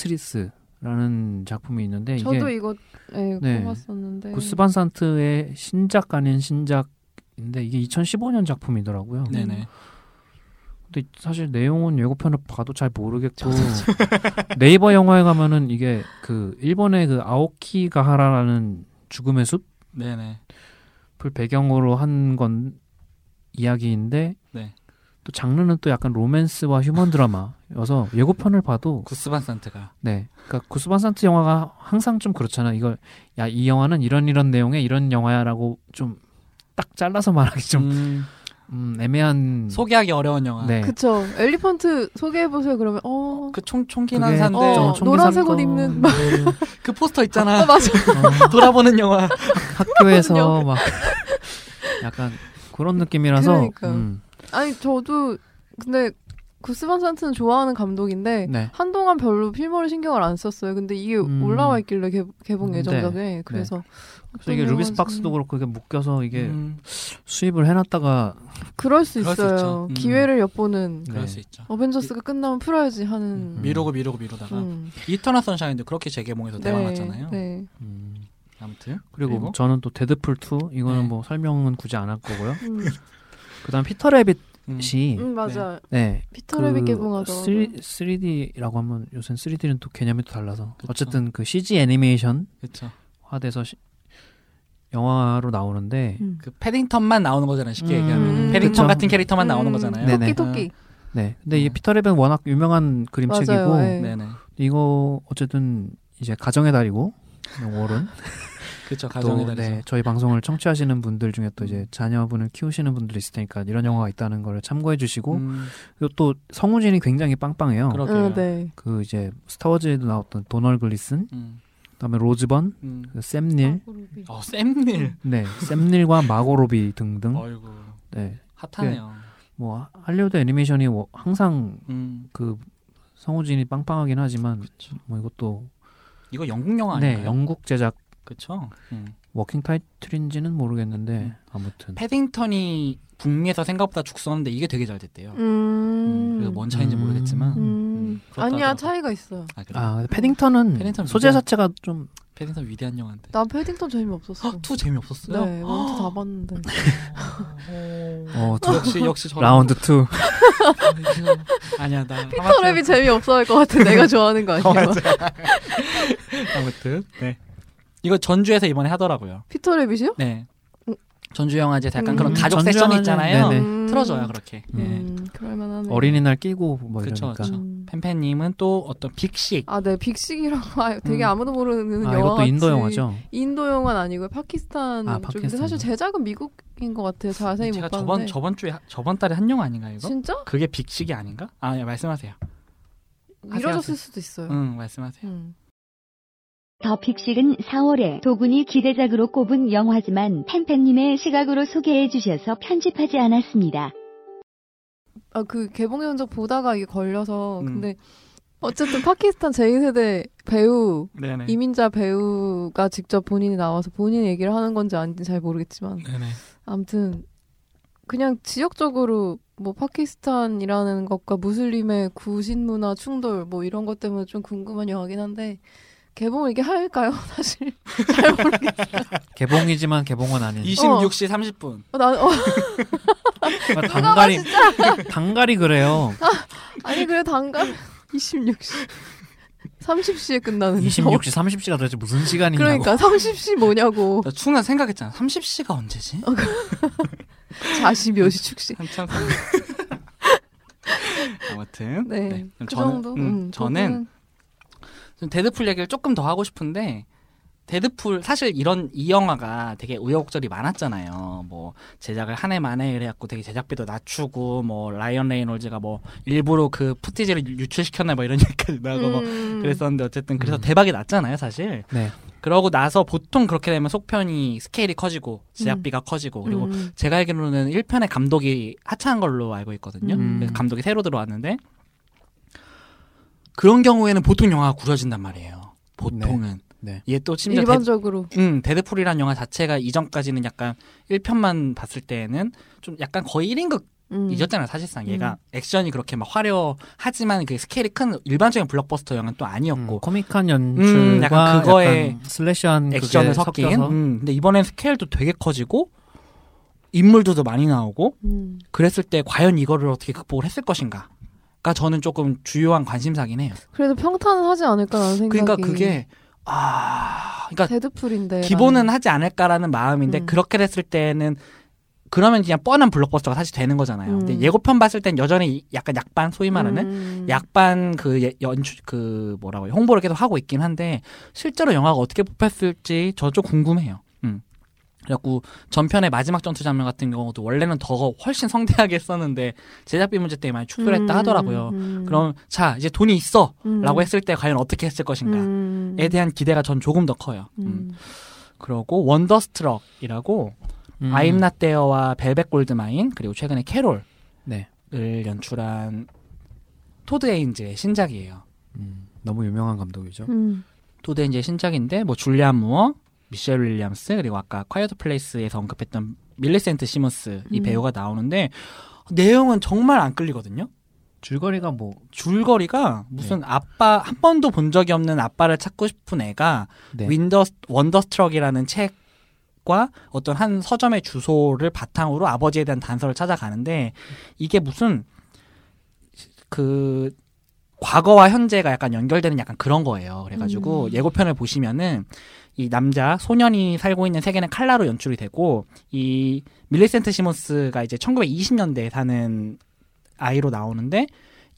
[SPEAKER 4] 트리스라는 작품이 있는데 네, 이게
[SPEAKER 1] 저도 이거 예,
[SPEAKER 4] 네.
[SPEAKER 1] 뽑았었는데
[SPEAKER 4] 구스반 산트의 신작 아닌 신작인데 이게 2015년 작품이더라고요.
[SPEAKER 2] 네네.
[SPEAKER 4] 근데 사실 내용은 예고편을 봐도 잘 모르겠고 네이버 영화에 가면은 이게 그 일본의 그 아오키 가하라라는 죽음의 숲
[SPEAKER 2] 네네.
[SPEAKER 4] 을 배경으로 한 건 이야기인데
[SPEAKER 2] 네.
[SPEAKER 4] 또 장르는 또 약간 로맨스와 휴먼 드라마여서 예고편을 봐도
[SPEAKER 2] 구스반 산트가.
[SPEAKER 4] 네, 그러니까 구스반산트 영화가 항상 좀 그렇잖아. 이걸 야 이 영화는 이런 이런 내용의 이런 영화야라고 좀 딱 잘라서 말하기 좀
[SPEAKER 2] 음,
[SPEAKER 4] 음, 애매한
[SPEAKER 2] 소개하기 아, 어려운 영화.
[SPEAKER 4] 네.
[SPEAKER 1] 그쵸 엘리펀트 소개해 보세요 그러면 어,
[SPEAKER 2] 그 총, 총기
[SPEAKER 4] 그게
[SPEAKER 2] 난 산대.
[SPEAKER 1] 어,
[SPEAKER 4] 총기
[SPEAKER 1] 노란색 옷
[SPEAKER 4] 삼건.
[SPEAKER 1] 입는
[SPEAKER 4] 어,
[SPEAKER 2] 그 포스터 있잖아.
[SPEAKER 1] 어, 맞아
[SPEAKER 2] 돌아보는 영화.
[SPEAKER 4] 학교에서 막 약간 그런 느낌이라서
[SPEAKER 1] 그러니까.
[SPEAKER 4] 음,
[SPEAKER 1] 아니 저도 근데 구스반 산트는 좋아하는 감독인데
[SPEAKER 4] 네.
[SPEAKER 1] 한동안 별로 필모를 신경을 안 썼어요. 근데 이게
[SPEAKER 4] 음. 네.
[SPEAKER 1] 올라와 있길래 개, 개봉 예정작에 그래서
[SPEAKER 4] 그래서 이게
[SPEAKER 1] 어떤
[SPEAKER 4] 루비스
[SPEAKER 1] 영화인지.
[SPEAKER 4] 박스도 그렇고 이게 묶여서 이게 네.
[SPEAKER 2] 음,
[SPEAKER 4] 수입을 해놨다가
[SPEAKER 1] 그럴 수
[SPEAKER 2] 그럴 수
[SPEAKER 1] 있어요.
[SPEAKER 2] 있죠. 음.
[SPEAKER 1] 기회를 엿보는
[SPEAKER 2] 그럴
[SPEAKER 4] 네.
[SPEAKER 2] 수 있죠.
[SPEAKER 1] 어벤져스가 끝나면 풀어야지 하는
[SPEAKER 4] 음.
[SPEAKER 2] 미루고 미루고 미루다가
[SPEAKER 1] 음.
[SPEAKER 2] 이터널 선샤인도 그렇게 재개봉해서 대박났잖아요.
[SPEAKER 1] 네.
[SPEAKER 4] 음,
[SPEAKER 2] 아무튼
[SPEAKER 4] 그리고,
[SPEAKER 2] 그리고?
[SPEAKER 4] 저는 또 데드풀 2 이거는
[SPEAKER 2] 네.
[SPEAKER 4] 뭐 설명은 굳이 안 할 거고요.
[SPEAKER 1] 음,
[SPEAKER 4] 그다음 피터 래빗이
[SPEAKER 2] 음.
[SPEAKER 1] 음, 맞아.
[SPEAKER 4] 네.
[SPEAKER 1] 피터 랩이 개봉하더라고.
[SPEAKER 4] 3, d 라고 하면 요새 3D는 또 개념이 또 달라서
[SPEAKER 2] 그쵸.
[SPEAKER 4] 어쨌든 그 CG 애니메이션
[SPEAKER 2] 그렇죠.
[SPEAKER 4] 화돼서 시- 영화로 나오는데
[SPEAKER 1] 음.
[SPEAKER 2] 그 패딩턴만 나오는 거잖아요. 쉽게
[SPEAKER 4] 음.
[SPEAKER 2] 얘기하면
[SPEAKER 1] 음.
[SPEAKER 2] 패딩턴
[SPEAKER 4] 그쵸.
[SPEAKER 2] 같은 캐릭터만 나오는
[SPEAKER 1] 음,
[SPEAKER 2] 거잖아요.
[SPEAKER 1] 토끼
[SPEAKER 4] 네네.
[SPEAKER 1] 토끼.
[SPEAKER 4] 네 근데 이 피터 래빗은 워낙 유명한 그림책이고
[SPEAKER 1] 맞아요. 네.
[SPEAKER 2] 네네.
[SPEAKER 4] 이거 어쨌든 이제 가정의 달이고 월은
[SPEAKER 2] 그렇죠. 가정의
[SPEAKER 4] 또
[SPEAKER 2] 달이죠.
[SPEAKER 4] 네, 저희 방송을 청취하시는 분들 중에 또 이제 자녀분을 키우시는 분들 있을 테니까 이런 영화가 있다는 걸 참고해 주시고 어.
[SPEAKER 2] 음,
[SPEAKER 4] 그리고 또 성우진이 굉장히 빵빵해요.
[SPEAKER 2] 그러게요.
[SPEAKER 1] 응, 네.
[SPEAKER 4] 그 이제 스타워즈에도 나왔던 도널 글리슨,
[SPEAKER 2] 음,
[SPEAKER 4] 그다음에 로즈번,
[SPEAKER 2] 음.
[SPEAKER 4] 그
[SPEAKER 1] 예.
[SPEAKER 4] 샘닐,
[SPEAKER 2] 어 쌤닐.
[SPEAKER 4] 네, 샘닐과 마고로비 등등.
[SPEAKER 2] 아이고
[SPEAKER 4] 음. 네,
[SPEAKER 2] 핫하네요.
[SPEAKER 4] 뭐 할리우드 애니메이션이 뭐 항상
[SPEAKER 2] 음.
[SPEAKER 4] 그 성우진이 빵빵하긴 하지만 뭐 이것도
[SPEAKER 2] 이거 영국 영화 어, 아닌가요?
[SPEAKER 4] 네 영국 제작
[SPEAKER 2] 그렇죠. 음.
[SPEAKER 4] 워킹 타이틀인지는 모르겠는데 아무튼
[SPEAKER 2] 패딩턴이 북미에서 생각보다 죽었는데 이게 되게 잘 됐대요. 음, 그래서
[SPEAKER 1] 음.
[SPEAKER 2] 뭔 차이인지
[SPEAKER 4] 음.
[SPEAKER 2] 모르겠지만.
[SPEAKER 1] 음.
[SPEAKER 2] 그렇다
[SPEAKER 1] 아니야
[SPEAKER 2] 하더라고.
[SPEAKER 1] 차이가 있어.
[SPEAKER 2] 아 그래.
[SPEAKER 4] 아 근데 패딩턴은
[SPEAKER 2] 패딩턴
[SPEAKER 4] 소재
[SPEAKER 2] 위대한-
[SPEAKER 4] 자체가 좀
[SPEAKER 2] 패딩턴 위대한 영화인데.
[SPEAKER 1] 난 패딩턴 재미 없었어.
[SPEAKER 2] 헉, 투 재미없었어요?
[SPEAKER 1] 어. 네, 원투 다
[SPEAKER 2] 아,
[SPEAKER 1] 봤는데.
[SPEAKER 4] 어,
[SPEAKER 2] 어, 역시 역시 저
[SPEAKER 4] 라운드 2
[SPEAKER 2] 아니야 나그
[SPEAKER 1] 피터 랩이 재미 없어 할 것 같아.
[SPEAKER 2] 그러니까.
[SPEAKER 1] 내가 좋아하는 거 아니야?
[SPEAKER 2] 아무튼 네 이거 전주에서 이번에 하더라고요.
[SPEAKER 1] 피터 랩이시요?
[SPEAKER 2] 네 전주 영화제 약간
[SPEAKER 1] 음.
[SPEAKER 2] 그런 가족
[SPEAKER 4] 전주
[SPEAKER 2] 세션
[SPEAKER 4] 영화는-
[SPEAKER 2] 있잖아요.
[SPEAKER 4] 네네.
[SPEAKER 1] 음.
[SPEAKER 2] 틀어줘요 그렇게. 네.
[SPEAKER 1] 음, 그럴만하네.
[SPEAKER 4] 어린이날 끼고 뭐
[SPEAKER 2] 그쵸,
[SPEAKER 4] 이러니까
[SPEAKER 2] 그쵸.
[SPEAKER 1] 음.
[SPEAKER 2] 팬팬님은 또 어떤 빅식
[SPEAKER 1] 아, 네, 빅식이라고 아, 되게
[SPEAKER 2] 음.
[SPEAKER 1] 아무도 모르는
[SPEAKER 4] 아
[SPEAKER 1] 영화
[SPEAKER 4] 이것도
[SPEAKER 1] 같이.
[SPEAKER 4] 인도 영화죠.
[SPEAKER 1] 인도 영화는 아니고요, 파키스탄
[SPEAKER 4] 아,
[SPEAKER 1] 쪽인데
[SPEAKER 4] 파키스탄.
[SPEAKER 1] 사실 제작은 미국인 것 같아요. 자세히 못
[SPEAKER 2] 제가
[SPEAKER 1] 봤는데.
[SPEAKER 2] 저번 저번 주에 하- 저번 달에 한 영화 아닌가 이거?
[SPEAKER 1] 진짜?
[SPEAKER 2] 그게 빅식이 아닌가? 아 예, 말씀하세요. 하세요,
[SPEAKER 1] 이뤄졌을 수도 있어요.
[SPEAKER 2] 응 말씀하세요.
[SPEAKER 1] 음.
[SPEAKER 3] 더 픽식은 4월에 도군이 기대작으로 꼽은 영화지만 팬팬님의 시각으로 소개해 주셔서 편집하지 않았습니다.
[SPEAKER 1] 아, 그 개봉 현장 보다가 이게 걸려서
[SPEAKER 2] 음.
[SPEAKER 1] 근데 어쨌든 파키스탄 제2세대 배우
[SPEAKER 5] 네네.
[SPEAKER 1] 음. 이민자 배우가 직접 본인이 나와서 본인 얘기를 하는 건지 아닌지 잘 모르겠지만
[SPEAKER 5] 네네.
[SPEAKER 1] 아무튼 그냥 지역적으로 뭐 파키스탄이라는 것과 무슬림의 구신 문화 충돌 뭐 이런 것 때문에 좀 궁금한 영화긴 한데 개봉을 이게 할까요 사실 잘 모르겠어
[SPEAKER 4] 개봉이지만 개봉은 아닌.
[SPEAKER 1] 어.
[SPEAKER 2] 26시 30분.
[SPEAKER 1] 난 어,
[SPEAKER 4] 아, 단갈이 그러니까 단갈이 그래요.
[SPEAKER 1] 아니 그래 단가 26시 30시에 끝나는
[SPEAKER 4] 26시 30시가 도대체 무슨 시간이냐고.
[SPEAKER 1] 그러니까 30시 뭐냐고
[SPEAKER 2] 나 충아 생각했잖아. 30시가 언제지? 음.
[SPEAKER 1] 자시묘시 축시
[SPEAKER 2] 한참. 아무튼.
[SPEAKER 1] 네,
[SPEAKER 2] 네. 그럼
[SPEAKER 1] 그
[SPEAKER 2] 저는-
[SPEAKER 1] 정도
[SPEAKER 2] 음,
[SPEAKER 1] 음,
[SPEAKER 2] 저는 좀 데드풀 얘기를 조금 더 하고 싶은데 데드풀 사실 이런 이 영화가 되게 우여곡절이 많았잖아요. 뭐 제작을 한 해 만에 그래갖고 되게 제작비도 낮추고 뭐 라이언 레이놀즈가 뭐 일부러 그 푸티지를 유출시켰나 뭐 이런 얘기까지 나고 뭐
[SPEAKER 1] 음,
[SPEAKER 2] 그랬었는데 어쨌든 그래서
[SPEAKER 4] 음.
[SPEAKER 2] 대박이 났잖아요 사실.
[SPEAKER 4] 네.
[SPEAKER 2] 그러고 나서 보통 그렇게 되면 속편이 스케일이 커지고 제작비가 커지고 그리고
[SPEAKER 1] 음,
[SPEAKER 2] 제가 알기로는 1편의 감독이 하차한 걸로 알고 있거든요.
[SPEAKER 1] 음.
[SPEAKER 2] 그래서 감독이 새로 들어왔는데 그런 경우에는 보통 영화가 구려진단 말이에요. 보통은.
[SPEAKER 4] 네.
[SPEAKER 2] 이게 또 심지어
[SPEAKER 1] 일반적으로
[SPEAKER 2] 데드, 음, 데드풀이라는 영화 자체가 이전까지는 약간 1편만 봤을 때는 좀 약간 거의 1인극
[SPEAKER 1] 음,
[SPEAKER 2] 잊었잖아요 사실상 얘가 액션이 그렇게 막 화려하지만 그 스케일이 큰 일반적인 블록버스터 영화는 또 아니었고
[SPEAKER 4] 음, 코믹한 연출과
[SPEAKER 2] 음, 약간
[SPEAKER 4] 약간
[SPEAKER 2] 그거에
[SPEAKER 4] 슬래시한 그게
[SPEAKER 2] 액션을 섞인
[SPEAKER 4] 섞여서
[SPEAKER 2] 음, 근데 이번엔 스케일도 되게 커지고 인물들도 많이 나오고
[SPEAKER 1] 음.
[SPEAKER 2] 그랬을 때 과연 이거를 어떻게 극복을 했을 것인가? 가 저는 조금 주요한 관심사긴 해요.
[SPEAKER 1] 그래도 평탄은 하지 않을까라는 생각이
[SPEAKER 2] 그러니까 그게 아, 그러니까
[SPEAKER 1] 데드풀인데
[SPEAKER 2] 기본은 하지 않을까라는 마음인데
[SPEAKER 1] 음.
[SPEAKER 2] 그렇게 됐을 때는 그러면 그냥 뻔한 블록버스터가 사실 되는 거잖아요.
[SPEAKER 1] 음.
[SPEAKER 2] 근데 예고편 봤을 땐 여전히 이- 약간 약반 소위 말하는
[SPEAKER 1] 음.
[SPEAKER 2] 약반 그 예- 연출 그 뭐라고 해요? 홍보를 계속 하고 있긴 한데 실제로 영화가 어떻게 뽑혔을지 저 좀 궁금해요. 음. 그래갖고 전편의 마지막 전투 장면 같은 경우도 원래는 더 훨씬 성대하게 썼는데 제작비 문제 때문에 많이 축소를 했다
[SPEAKER 1] 음,
[SPEAKER 2] 하더라고요.
[SPEAKER 1] 음,
[SPEAKER 2] 그럼 자 이제 돈이 있어라고
[SPEAKER 1] 음.
[SPEAKER 2] 했을 때 과연 어떻게 했을 것인가에
[SPEAKER 1] 음.
[SPEAKER 2] 대한 기대가 전 조금 더 커요. 음.
[SPEAKER 1] 음.
[SPEAKER 2] 그러고 원더스트럭이라고
[SPEAKER 4] 음.
[SPEAKER 2] 아임 나떼어와 벨벳 골드마인 그리고 최근에 캐롤을
[SPEAKER 4] 네.
[SPEAKER 2] 연출한 토드 에인즈의 신작이에요.
[SPEAKER 4] 음, 너무 유명한 감독이죠.
[SPEAKER 1] 음.
[SPEAKER 2] 또대 이제 신작인데 뭐 줄리안 무어, 미셸 윌리엄스 그리고 아까 콰이어트 플레이스에서 언급했던 밀리센트 시몬스 이
[SPEAKER 1] 음.
[SPEAKER 2] 배우가 나오는데 내용은 정말 안 끌리거든요.
[SPEAKER 4] 줄거리가 뭐
[SPEAKER 2] 줄거리가 무슨 아빠 한 번도 본 적이 없는 아빠를 찾고 싶은 애가
[SPEAKER 4] 네.
[SPEAKER 2] 윈더 원더스트럭이라는 책과 어떤 한 서점의 주소를 바탕으로 아버지에 대한 단서를 찾아가는데 이게 무슨 그 과거와 현재가 약간 연결되는 약간 그런 거예요. 그래가지고
[SPEAKER 1] 음.
[SPEAKER 2] 예고편을 보시면은 이 남자 소년이 살고 있는 세계는 칼라로 연출이 되고 이 밀리센트 시몬스가 이제 1920년대에 사는 아이로 나오는데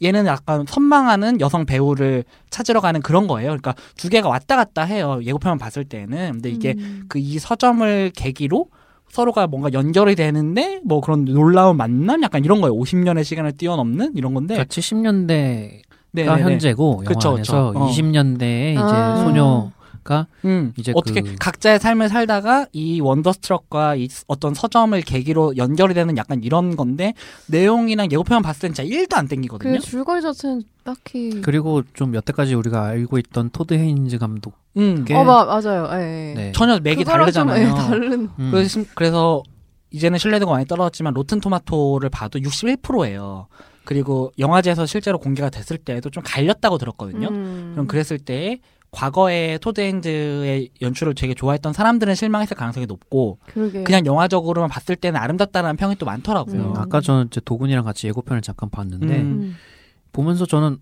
[SPEAKER 2] 얘는 약간 선망하는 여성 배우를 찾으러 가는 그런 거예요. 그러니까 두 개가 왔다 갔다 해요. 예고편만 봤을 때는. 근데 이게
[SPEAKER 1] 음.
[SPEAKER 2] 그 이 서점을 계기로 서로가 뭔가 연결이 되는데 뭐 그런 놀라운 만남 약간 이런 거예요. 50년의 시간을 뛰어넘는 이런 건데.
[SPEAKER 4] 그러니까 70년대가
[SPEAKER 2] 네네네.
[SPEAKER 4] 현재고
[SPEAKER 2] 그쵸,
[SPEAKER 4] 영화 안에서
[SPEAKER 2] 그쵸. 어.
[SPEAKER 4] 20년대에 이제
[SPEAKER 1] 아.
[SPEAKER 4] 소녀가
[SPEAKER 2] 음,
[SPEAKER 4] 이제
[SPEAKER 2] 어떻게
[SPEAKER 4] 그-
[SPEAKER 2] 각자의 삶을 살다가 이 원더스트럭과 이 스- 어떤 서점을 계기로 연결이 되는 약간 이런 건데 내용이랑 예고편만 봤을 땐 진짜 1도 안 땡기거든요.
[SPEAKER 1] 그 줄거리 자체는 딱히
[SPEAKER 4] 그리고 좀 여태까지 우리가 알고 있던 토드 헤인즈 감독
[SPEAKER 2] 음,
[SPEAKER 4] 꽤-
[SPEAKER 1] 어 마, 맞아요. 예. 예.
[SPEAKER 4] 네.
[SPEAKER 2] 전혀 맥이
[SPEAKER 1] 그거랑 좀,
[SPEAKER 2] 다르잖아요.
[SPEAKER 1] 예, 다른
[SPEAKER 4] 음,
[SPEAKER 2] 그래서, 심- 그래서 이제는 신뢰도가 많이 떨어졌지만 로튼 토마토를 봐도 61%예요. 그리고 영화제에서 실제로 공개가 됐을 때도 좀 갈렸다고 들었거든요.
[SPEAKER 1] 음.
[SPEAKER 2] 그럼 그랬을 때 과거에 토드 핸즈의 연출을 되게 좋아했던 사람들은 실망했을 가능성이 높고
[SPEAKER 1] 그러게
[SPEAKER 2] 그냥 영화적으로만 봤을 때는 아름답다라는 평이 또 많더라고요.
[SPEAKER 4] 음,
[SPEAKER 1] 음.
[SPEAKER 4] 아까 저는 이제 도군이랑 같이 예고편을 잠깐 봤는데
[SPEAKER 2] 음.
[SPEAKER 1] 음.
[SPEAKER 4] 보면서 저는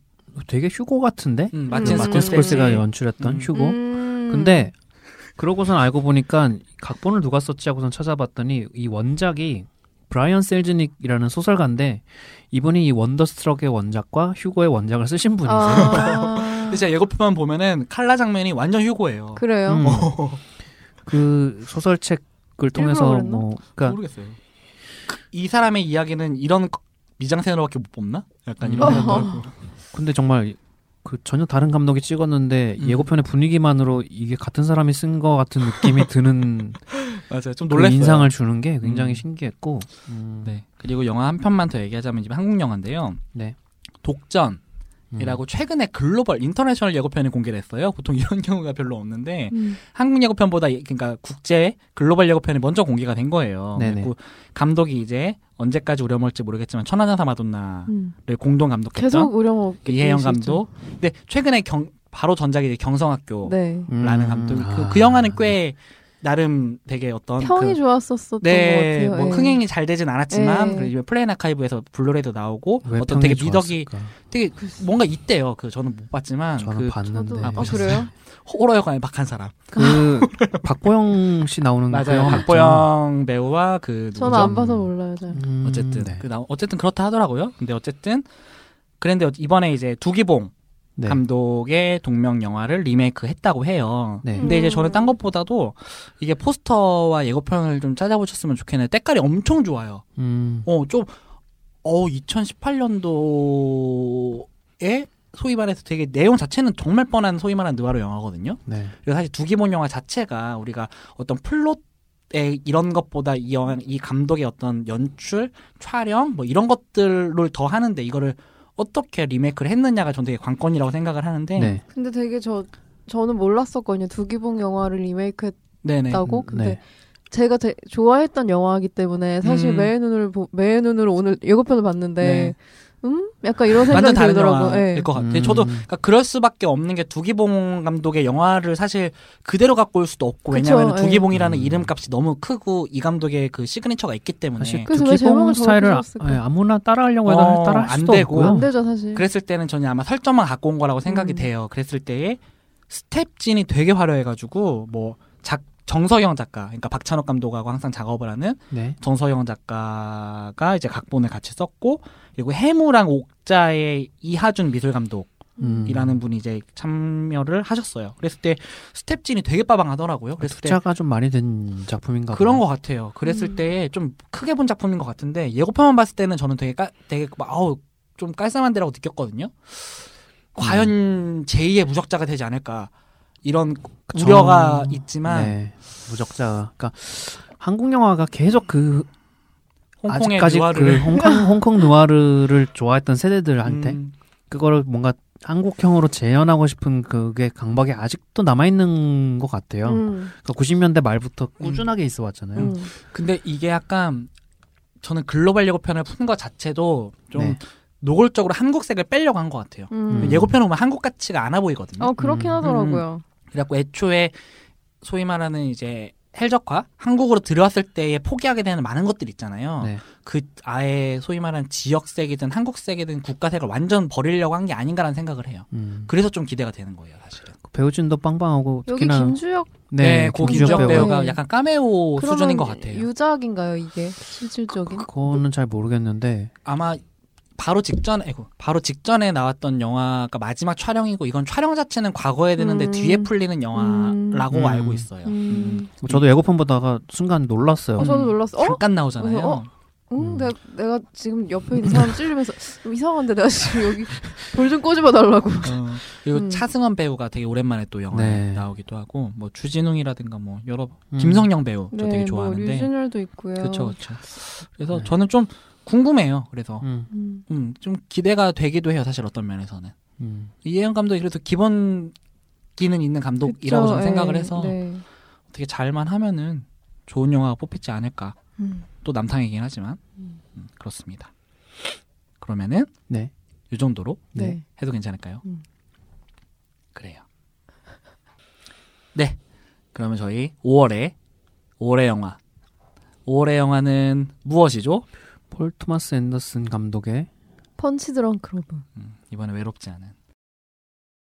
[SPEAKER 4] 되게 휴고 같은데
[SPEAKER 2] 음,
[SPEAKER 1] 음,
[SPEAKER 4] 마틴 스콜세가 연출했던
[SPEAKER 2] 음.
[SPEAKER 4] 휴고
[SPEAKER 1] 음.
[SPEAKER 4] 근데 그러고선 알고 보니까 각본을 누가 썼지 하고선 찾아봤더니 이 원작이 브라이언 셀즈닉이라는 소설가인데 이분이 이 원더스트럭의 원작과 휴고의 원작을 쓰신 분이세요.
[SPEAKER 1] 아.
[SPEAKER 2] 근데 진짜 예고편만 보면은 칼라 장면이 완전 휴고예요.
[SPEAKER 1] 그래요.
[SPEAKER 4] 음. 그 소설책을 통해서
[SPEAKER 1] 그랬나?
[SPEAKER 4] 뭐 그러니까
[SPEAKER 2] 모르겠어요. 그- 이 사람의 이야기는 이런 거- 미장센으로밖에 못 뽑나? 약간
[SPEAKER 4] 음.
[SPEAKER 2] 이런 생각도 하고.
[SPEAKER 4] 근데 정말 그 전혀 다른 감독이 찍었는데
[SPEAKER 2] 음.
[SPEAKER 4] 예고편의 분위기만으로 이게 같은 사람이 쓴 거 같은 느낌이 드는
[SPEAKER 2] 맞아요. 좀
[SPEAKER 4] 그
[SPEAKER 2] 놀랐어요.
[SPEAKER 4] 인상을 주는 게 굉장히
[SPEAKER 2] 음.
[SPEAKER 4] 신기했고 음,
[SPEAKER 2] 네. 그리고 영화 한 편만 더 얘기하자면 지금 한국 영화인데요.
[SPEAKER 4] 네.
[SPEAKER 2] 독전 이라고 최근에 글로벌 인터내셔널 예고편이 공개됐어요. 보통 이런 경우가 별로 없는데
[SPEAKER 1] 음.
[SPEAKER 2] 한국 예고편보다 예- 그러니까 국제 글로벌 예고편이 먼저 공개가 된 거예요.
[SPEAKER 4] 네네.
[SPEAKER 2] 그리고 감독이 이제 언제까지 우려먹을지 모르겠지만 천하장사 마돈나를
[SPEAKER 1] 음.
[SPEAKER 2] 공동 감독했던
[SPEAKER 1] 계속 우려먹게
[SPEAKER 2] 이혜영
[SPEAKER 1] 되시죠.
[SPEAKER 2] 감독. 근데 최근에 경 바로 전작이 이제 경성학교라는
[SPEAKER 1] 네.
[SPEAKER 2] 감독. 그,
[SPEAKER 4] 아.
[SPEAKER 2] 그 영화는 꽤 나름 되게 어떤
[SPEAKER 1] 평이
[SPEAKER 2] 그,
[SPEAKER 1] 좋았었던
[SPEAKER 2] 네,
[SPEAKER 1] 것 같아요.
[SPEAKER 2] 뭐
[SPEAKER 1] 예.
[SPEAKER 2] 흥행이 잘 되진 않았지만
[SPEAKER 1] 예.
[SPEAKER 2] 그리고 플레인 아카이브에서 블루레이도 나오고
[SPEAKER 4] 왜
[SPEAKER 2] 어떤 되게
[SPEAKER 4] 평이
[SPEAKER 2] 미덕이
[SPEAKER 4] 좋았을까?
[SPEAKER 2] 되게 뭔가 있대요. 그 저는 못 봤지만
[SPEAKER 4] 저는
[SPEAKER 2] 그
[SPEAKER 4] 봤는데
[SPEAKER 1] 저도-
[SPEAKER 2] 아,
[SPEAKER 1] 아,
[SPEAKER 2] 보셨어요?
[SPEAKER 1] 그래요?
[SPEAKER 2] 호러 영화에 박한 사람.
[SPEAKER 4] 그 박보영 씨 나오는 그
[SPEAKER 2] 맞아요.
[SPEAKER 4] 영화
[SPEAKER 2] 박보영 배우와 그
[SPEAKER 1] 저는
[SPEAKER 2] 누구죠?
[SPEAKER 1] 안 봐서 몰라요. 잘.
[SPEAKER 4] 있잖아요. 음,
[SPEAKER 2] 어쨌든
[SPEAKER 4] 네.
[SPEAKER 2] 그 나, 어쨌든 그렇다 하더라고요. 근데 어쨌든 그런데 이번에 이제 두기봉
[SPEAKER 4] 네.
[SPEAKER 2] 감독의 동명 영화를 리메이크 했다고 해요.
[SPEAKER 4] 네.
[SPEAKER 2] 근데 이제
[SPEAKER 1] 음.
[SPEAKER 2] 저는 딴 것보다도 이게 포스터와 예고편을 좀 찾아보셨으면 좋겠는데 때깔이 엄청 좋아요.
[SPEAKER 4] 음,
[SPEAKER 2] 어, 좀, 어, 2018년도에 소위 말해서 되게 내용 자체는 정말 뻔한 소위 말하는 느와르 영화거든요.
[SPEAKER 4] 네.
[SPEAKER 2] 그래서 사실 두기본 영화 자체가 우리가 어떤 플롯의 이런 것보다 이 영화, 이 감독의 어떤 연출, 촬영, 뭐 이런 것들을 더 하는데 이거를 어떻게 리메이크를 했느냐가 전 되게 관건이라고 생각을 하는데.
[SPEAKER 4] 네.
[SPEAKER 1] 근데 되게 저 저는 몰랐었거든요. 두기봉 영화를 리메이크했다고.
[SPEAKER 2] 네네.
[SPEAKER 1] 근데
[SPEAKER 4] 네.
[SPEAKER 1] 제가 되- 좋아했던 영화이기 때문에 사실
[SPEAKER 2] 음. 네.
[SPEAKER 1] 매의 눈을 보, 매의 눈으로 오늘 예고편을 봤는데 음 약간 이런 생각이
[SPEAKER 2] 완전 다른
[SPEAKER 1] 들더라고요.
[SPEAKER 2] 영화일
[SPEAKER 1] 예.
[SPEAKER 2] 것 같아요.
[SPEAKER 4] 음.
[SPEAKER 2] 저도 그러니까 그럴 수밖에 없는 게 두기봉 감독의 영화를 사실 그대로 갖고 올 수도 없고
[SPEAKER 1] 그쵸,
[SPEAKER 2] 왜냐하면
[SPEAKER 1] 예.
[SPEAKER 2] 두기봉이라는
[SPEAKER 4] 음.
[SPEAKER 2] 이름값이 너무 크고 이 감독의 그 시그니처가 있기 때문에
[SPEAKER 4] 사실
[SPEAKER 1] 그래서 왜
[SPEAKER 4] 두기봉
[SPEAKER 1] 제목을 저렇게
[SPEAKER 4] 스타일을 아,
[SPEAKER 1] 지었을까?
[SPEAKER 4] 예, 아무나 따라하려고 해도
[SPEAKER 2] 어,
[SPEAKER 4] 따라할
[SPEAKER 2] 안
[SPEAKER 4] 수도
[SPEAKER 2] 되고.
[SPEAKER 4] 없고요.
[SPEAKER 1] 안 되죠 사실.
[SPEAKER 2] 그랬을 때는 전혀 아마 설정만 갖고 온 거라고 생각이
[SPEAKER 1] 음.
[SPEAKER 2] 돼요. 그랬을 때에 스텝진이 되게 화려해가지고 뭐 작, 정서영 작가, 그러니까 박찬욱 감독하고 항상 작업을 하는
[SPEAKER 4] 네.
[SPEAKER 2] 정서영 작가가 이제 각본을 같이 썼고 그리고 해무랑 옥자의 이하준 미술 감독
[SPEAKER 4] 음.
[SPEAKER 2] 이라는 분이 이제 참여를 하셨어요. 그랬을 때 스텝진이 되게 빠방하더라고요. 그랬을 때
[SPEAKER 4] 투자가 좀 많이 된 작품인가
[SPEAKER 2] 그런
[SPEAKER 4] 아, 봐요.
[SPEAKER 2] 것 같아요. 그랬을
[SPEAKER 1] 음.
[SPEAKER 2] 때 좀 크게 본 작품인 것 같은데 예고편만 봤을 때는 저는 되게 깔, 되게 막 아우 좀 깔쌈한데라고 느꼈거든요. 과연 제2의 무적자가 되지 않을까 이런
[SPEAKER 4] 음. 그쵸.
[SPEAKER 2] 우려가 있지만
[SPEAKER 4] 네. 무적자. 그러니까 한국 영화가 계속 그
[SPEAKER 2] 홍콩의
[SPEAKER 4] 아직까지 그
[SPEAKER 2] 유화를
[SPEAKER 4] 홍콩 홍콩 누아르를 좋아했던 세대들한테
[SPEAKER 2] 음,
[SPEAKER 4] 그거를 뭔가 한국형으로 재현하고 싶은 그게 강박이 아직도 남아 있는 것 같아요.
[SPEAKER 1] 음,
[SPEAKER 4] 그러니까 90년대 말부터
[SPEAKER 2] 음.
[SPEAKER 4] 꾸준하게 있어 왔잖아요.
[SPEAKER 1] 음.
[SPEAKER 2] 근데 이게 약간 저는 글로벌 예고편을 푼 것 자체도 좀
[SPEAKER 4] 네.
[SPEAKER 2] 노골적으로 한국색을 빼려고 한 것 같아요.
[SPEAKER 1] 음.
[SPEAKER 2] 예고편 보면 한국 같지가 않아 보이거든요.
[SPEAKER 1] 어 그렇긴
[SPEAKER 4] 음.
[SPEAKER 1] 하더라고요.
[SPEAKER 2] 그래갖고 애초에 소위 말하는 이제 헬적화 한국으로 들어왔을 때에 포기하게 되는 많은 것들 있잖아요.
[SPEAKER 4] 네.
[SPEAKER 2] 그 아예 소위 말하는 지역색이든 한국색이든 국가색을 완전 버리려고 한 게 아닌가라는 생각을 해요.
[SPEAKER 4] 음. 그
[SPEAKER 2] 그래서 좀 기대가 되는 거예요, 사실은.
[SPEAKER 4] 배우진도 빵빵하고
[SPEAKER 1] 여기
[SPEAKER 4] 특히나
[SPEAKER 1] 김주혁
[SPEAKER 4] 그
[SPEAKER 2] 네,
[SPEAKER 1] 김주혁
[SPEAKER 2] 고기정
[SPEAKER 1] 배우.
[SPEAKER 2] 배우가
[SPEAKER 1] 네.
[SPEAKER 2] 약간 까메오
[SPEAKER 1] 그러면
[SPEAKER 2] 뭐 수준인 것 같아요.
[SPEAKER 1] 유작인가요 이게 실질적인?
[SPEAKER 4] 그거는 잘 모르겠는데
[SPEAKER 2] 아마 바로 직전, 아이고, 바로 직전에 나왔던 영화가 마지막 촬영이고 이건 촬영 자체는 과거에 되는데
[SPEAKER 1] 음.
[SPEAKER 2] 뒤에 풀리는 영화라고
[SPEAKER 4] 음.
[SPEAKER 2] 알고 있어요. 음.
[SPEAKER 1] 음.
[SPEAKER 4] 뭐 저도 예고편 보다가 순간 놀랐어요.
[SPEAKER 1] 어, 저도 놀랐어. 어?
[SPEAKER 2] 잠깐 나오잖아요.
[SPEAKER 1] 그래서 어? 응,
[SPEAKER 4] 음.
[SPEAKER 1] 내가, 내가 지금 옆에 있는 사람 찔리면서 좀 이상한데 내가 지금 여기 돌 좀 꼬집어 달라고.
[SPEAKER 2] 어, 그리고
[SPEAKER 1] 음.
[SPEAKER 2] 차승원 배우가 되게 오랜만에 또 영화에
[SPEAKER 4] 네.
[SPEAKER 2] 나오기도 하고 뭐 주진웅이라든가 뭐 여러
[SPEAKER 4] 음.
[SPEAKER 2] 김성령 배우 저 되게
[SPEAKER 1] 뭐
[SPEAKER 2] 좋아하는데
[SPEAKER 1] 류진열도 있고요.
[SPEAKER 2] 그렇죠 그렇죠 그래서
[SPEAKER 4] 네.
[SPEAKER 2] 저는 좀 궁금해요 그래서
[SPEAKER 4] 음,
[SPEAKER 1] 음.
[SPEAKER 2] 음, 좀 기대가 되기도 해요 사실 어떤 면에서는
[SPEAKER 4] 음.
[SPEAKER 2] 이혜영 감독이 그래도 기본기는 있는 감독이라고
[SPEAKER 1] 그쵸,
[SPEAKER 2] 저는 생각을
[SPEAKER 1] 예,
[SPEAKER 2] 해서
[SPEAKER 1] 네.
[SPEAKER 2] 어떻게 잘만 하면은 좋은 영화가 뽑히지 않을까
[SPEAKER 1] 음.
[SPEAKER 2] 또 남탕이긴 하지만
[SPEAKER 1] 음.
[SPEAKER 2] 음, 그렇습니다 그러면은
[SPEAKER 4] 네.
[SPEAKER 2] 이 정도로
[SPEAKER 1] 네.
[SPEAKER 4] 네.
[SPEAKER 2] 해도 괜찮을까요?
[SPEAKER 1] 음.
[SPEAKER 2] 그래요. 네. 그러면 저희 5월에 5월의 영화. 5월의 영화는 무엇이죠?
[SPEAKER 4] 폴 토마스 앤더슨 감독의
[SPEAKER 1] 펀치 드렁크 러브.
[SPEAKER 2] 음, 이번에 외롭지 않은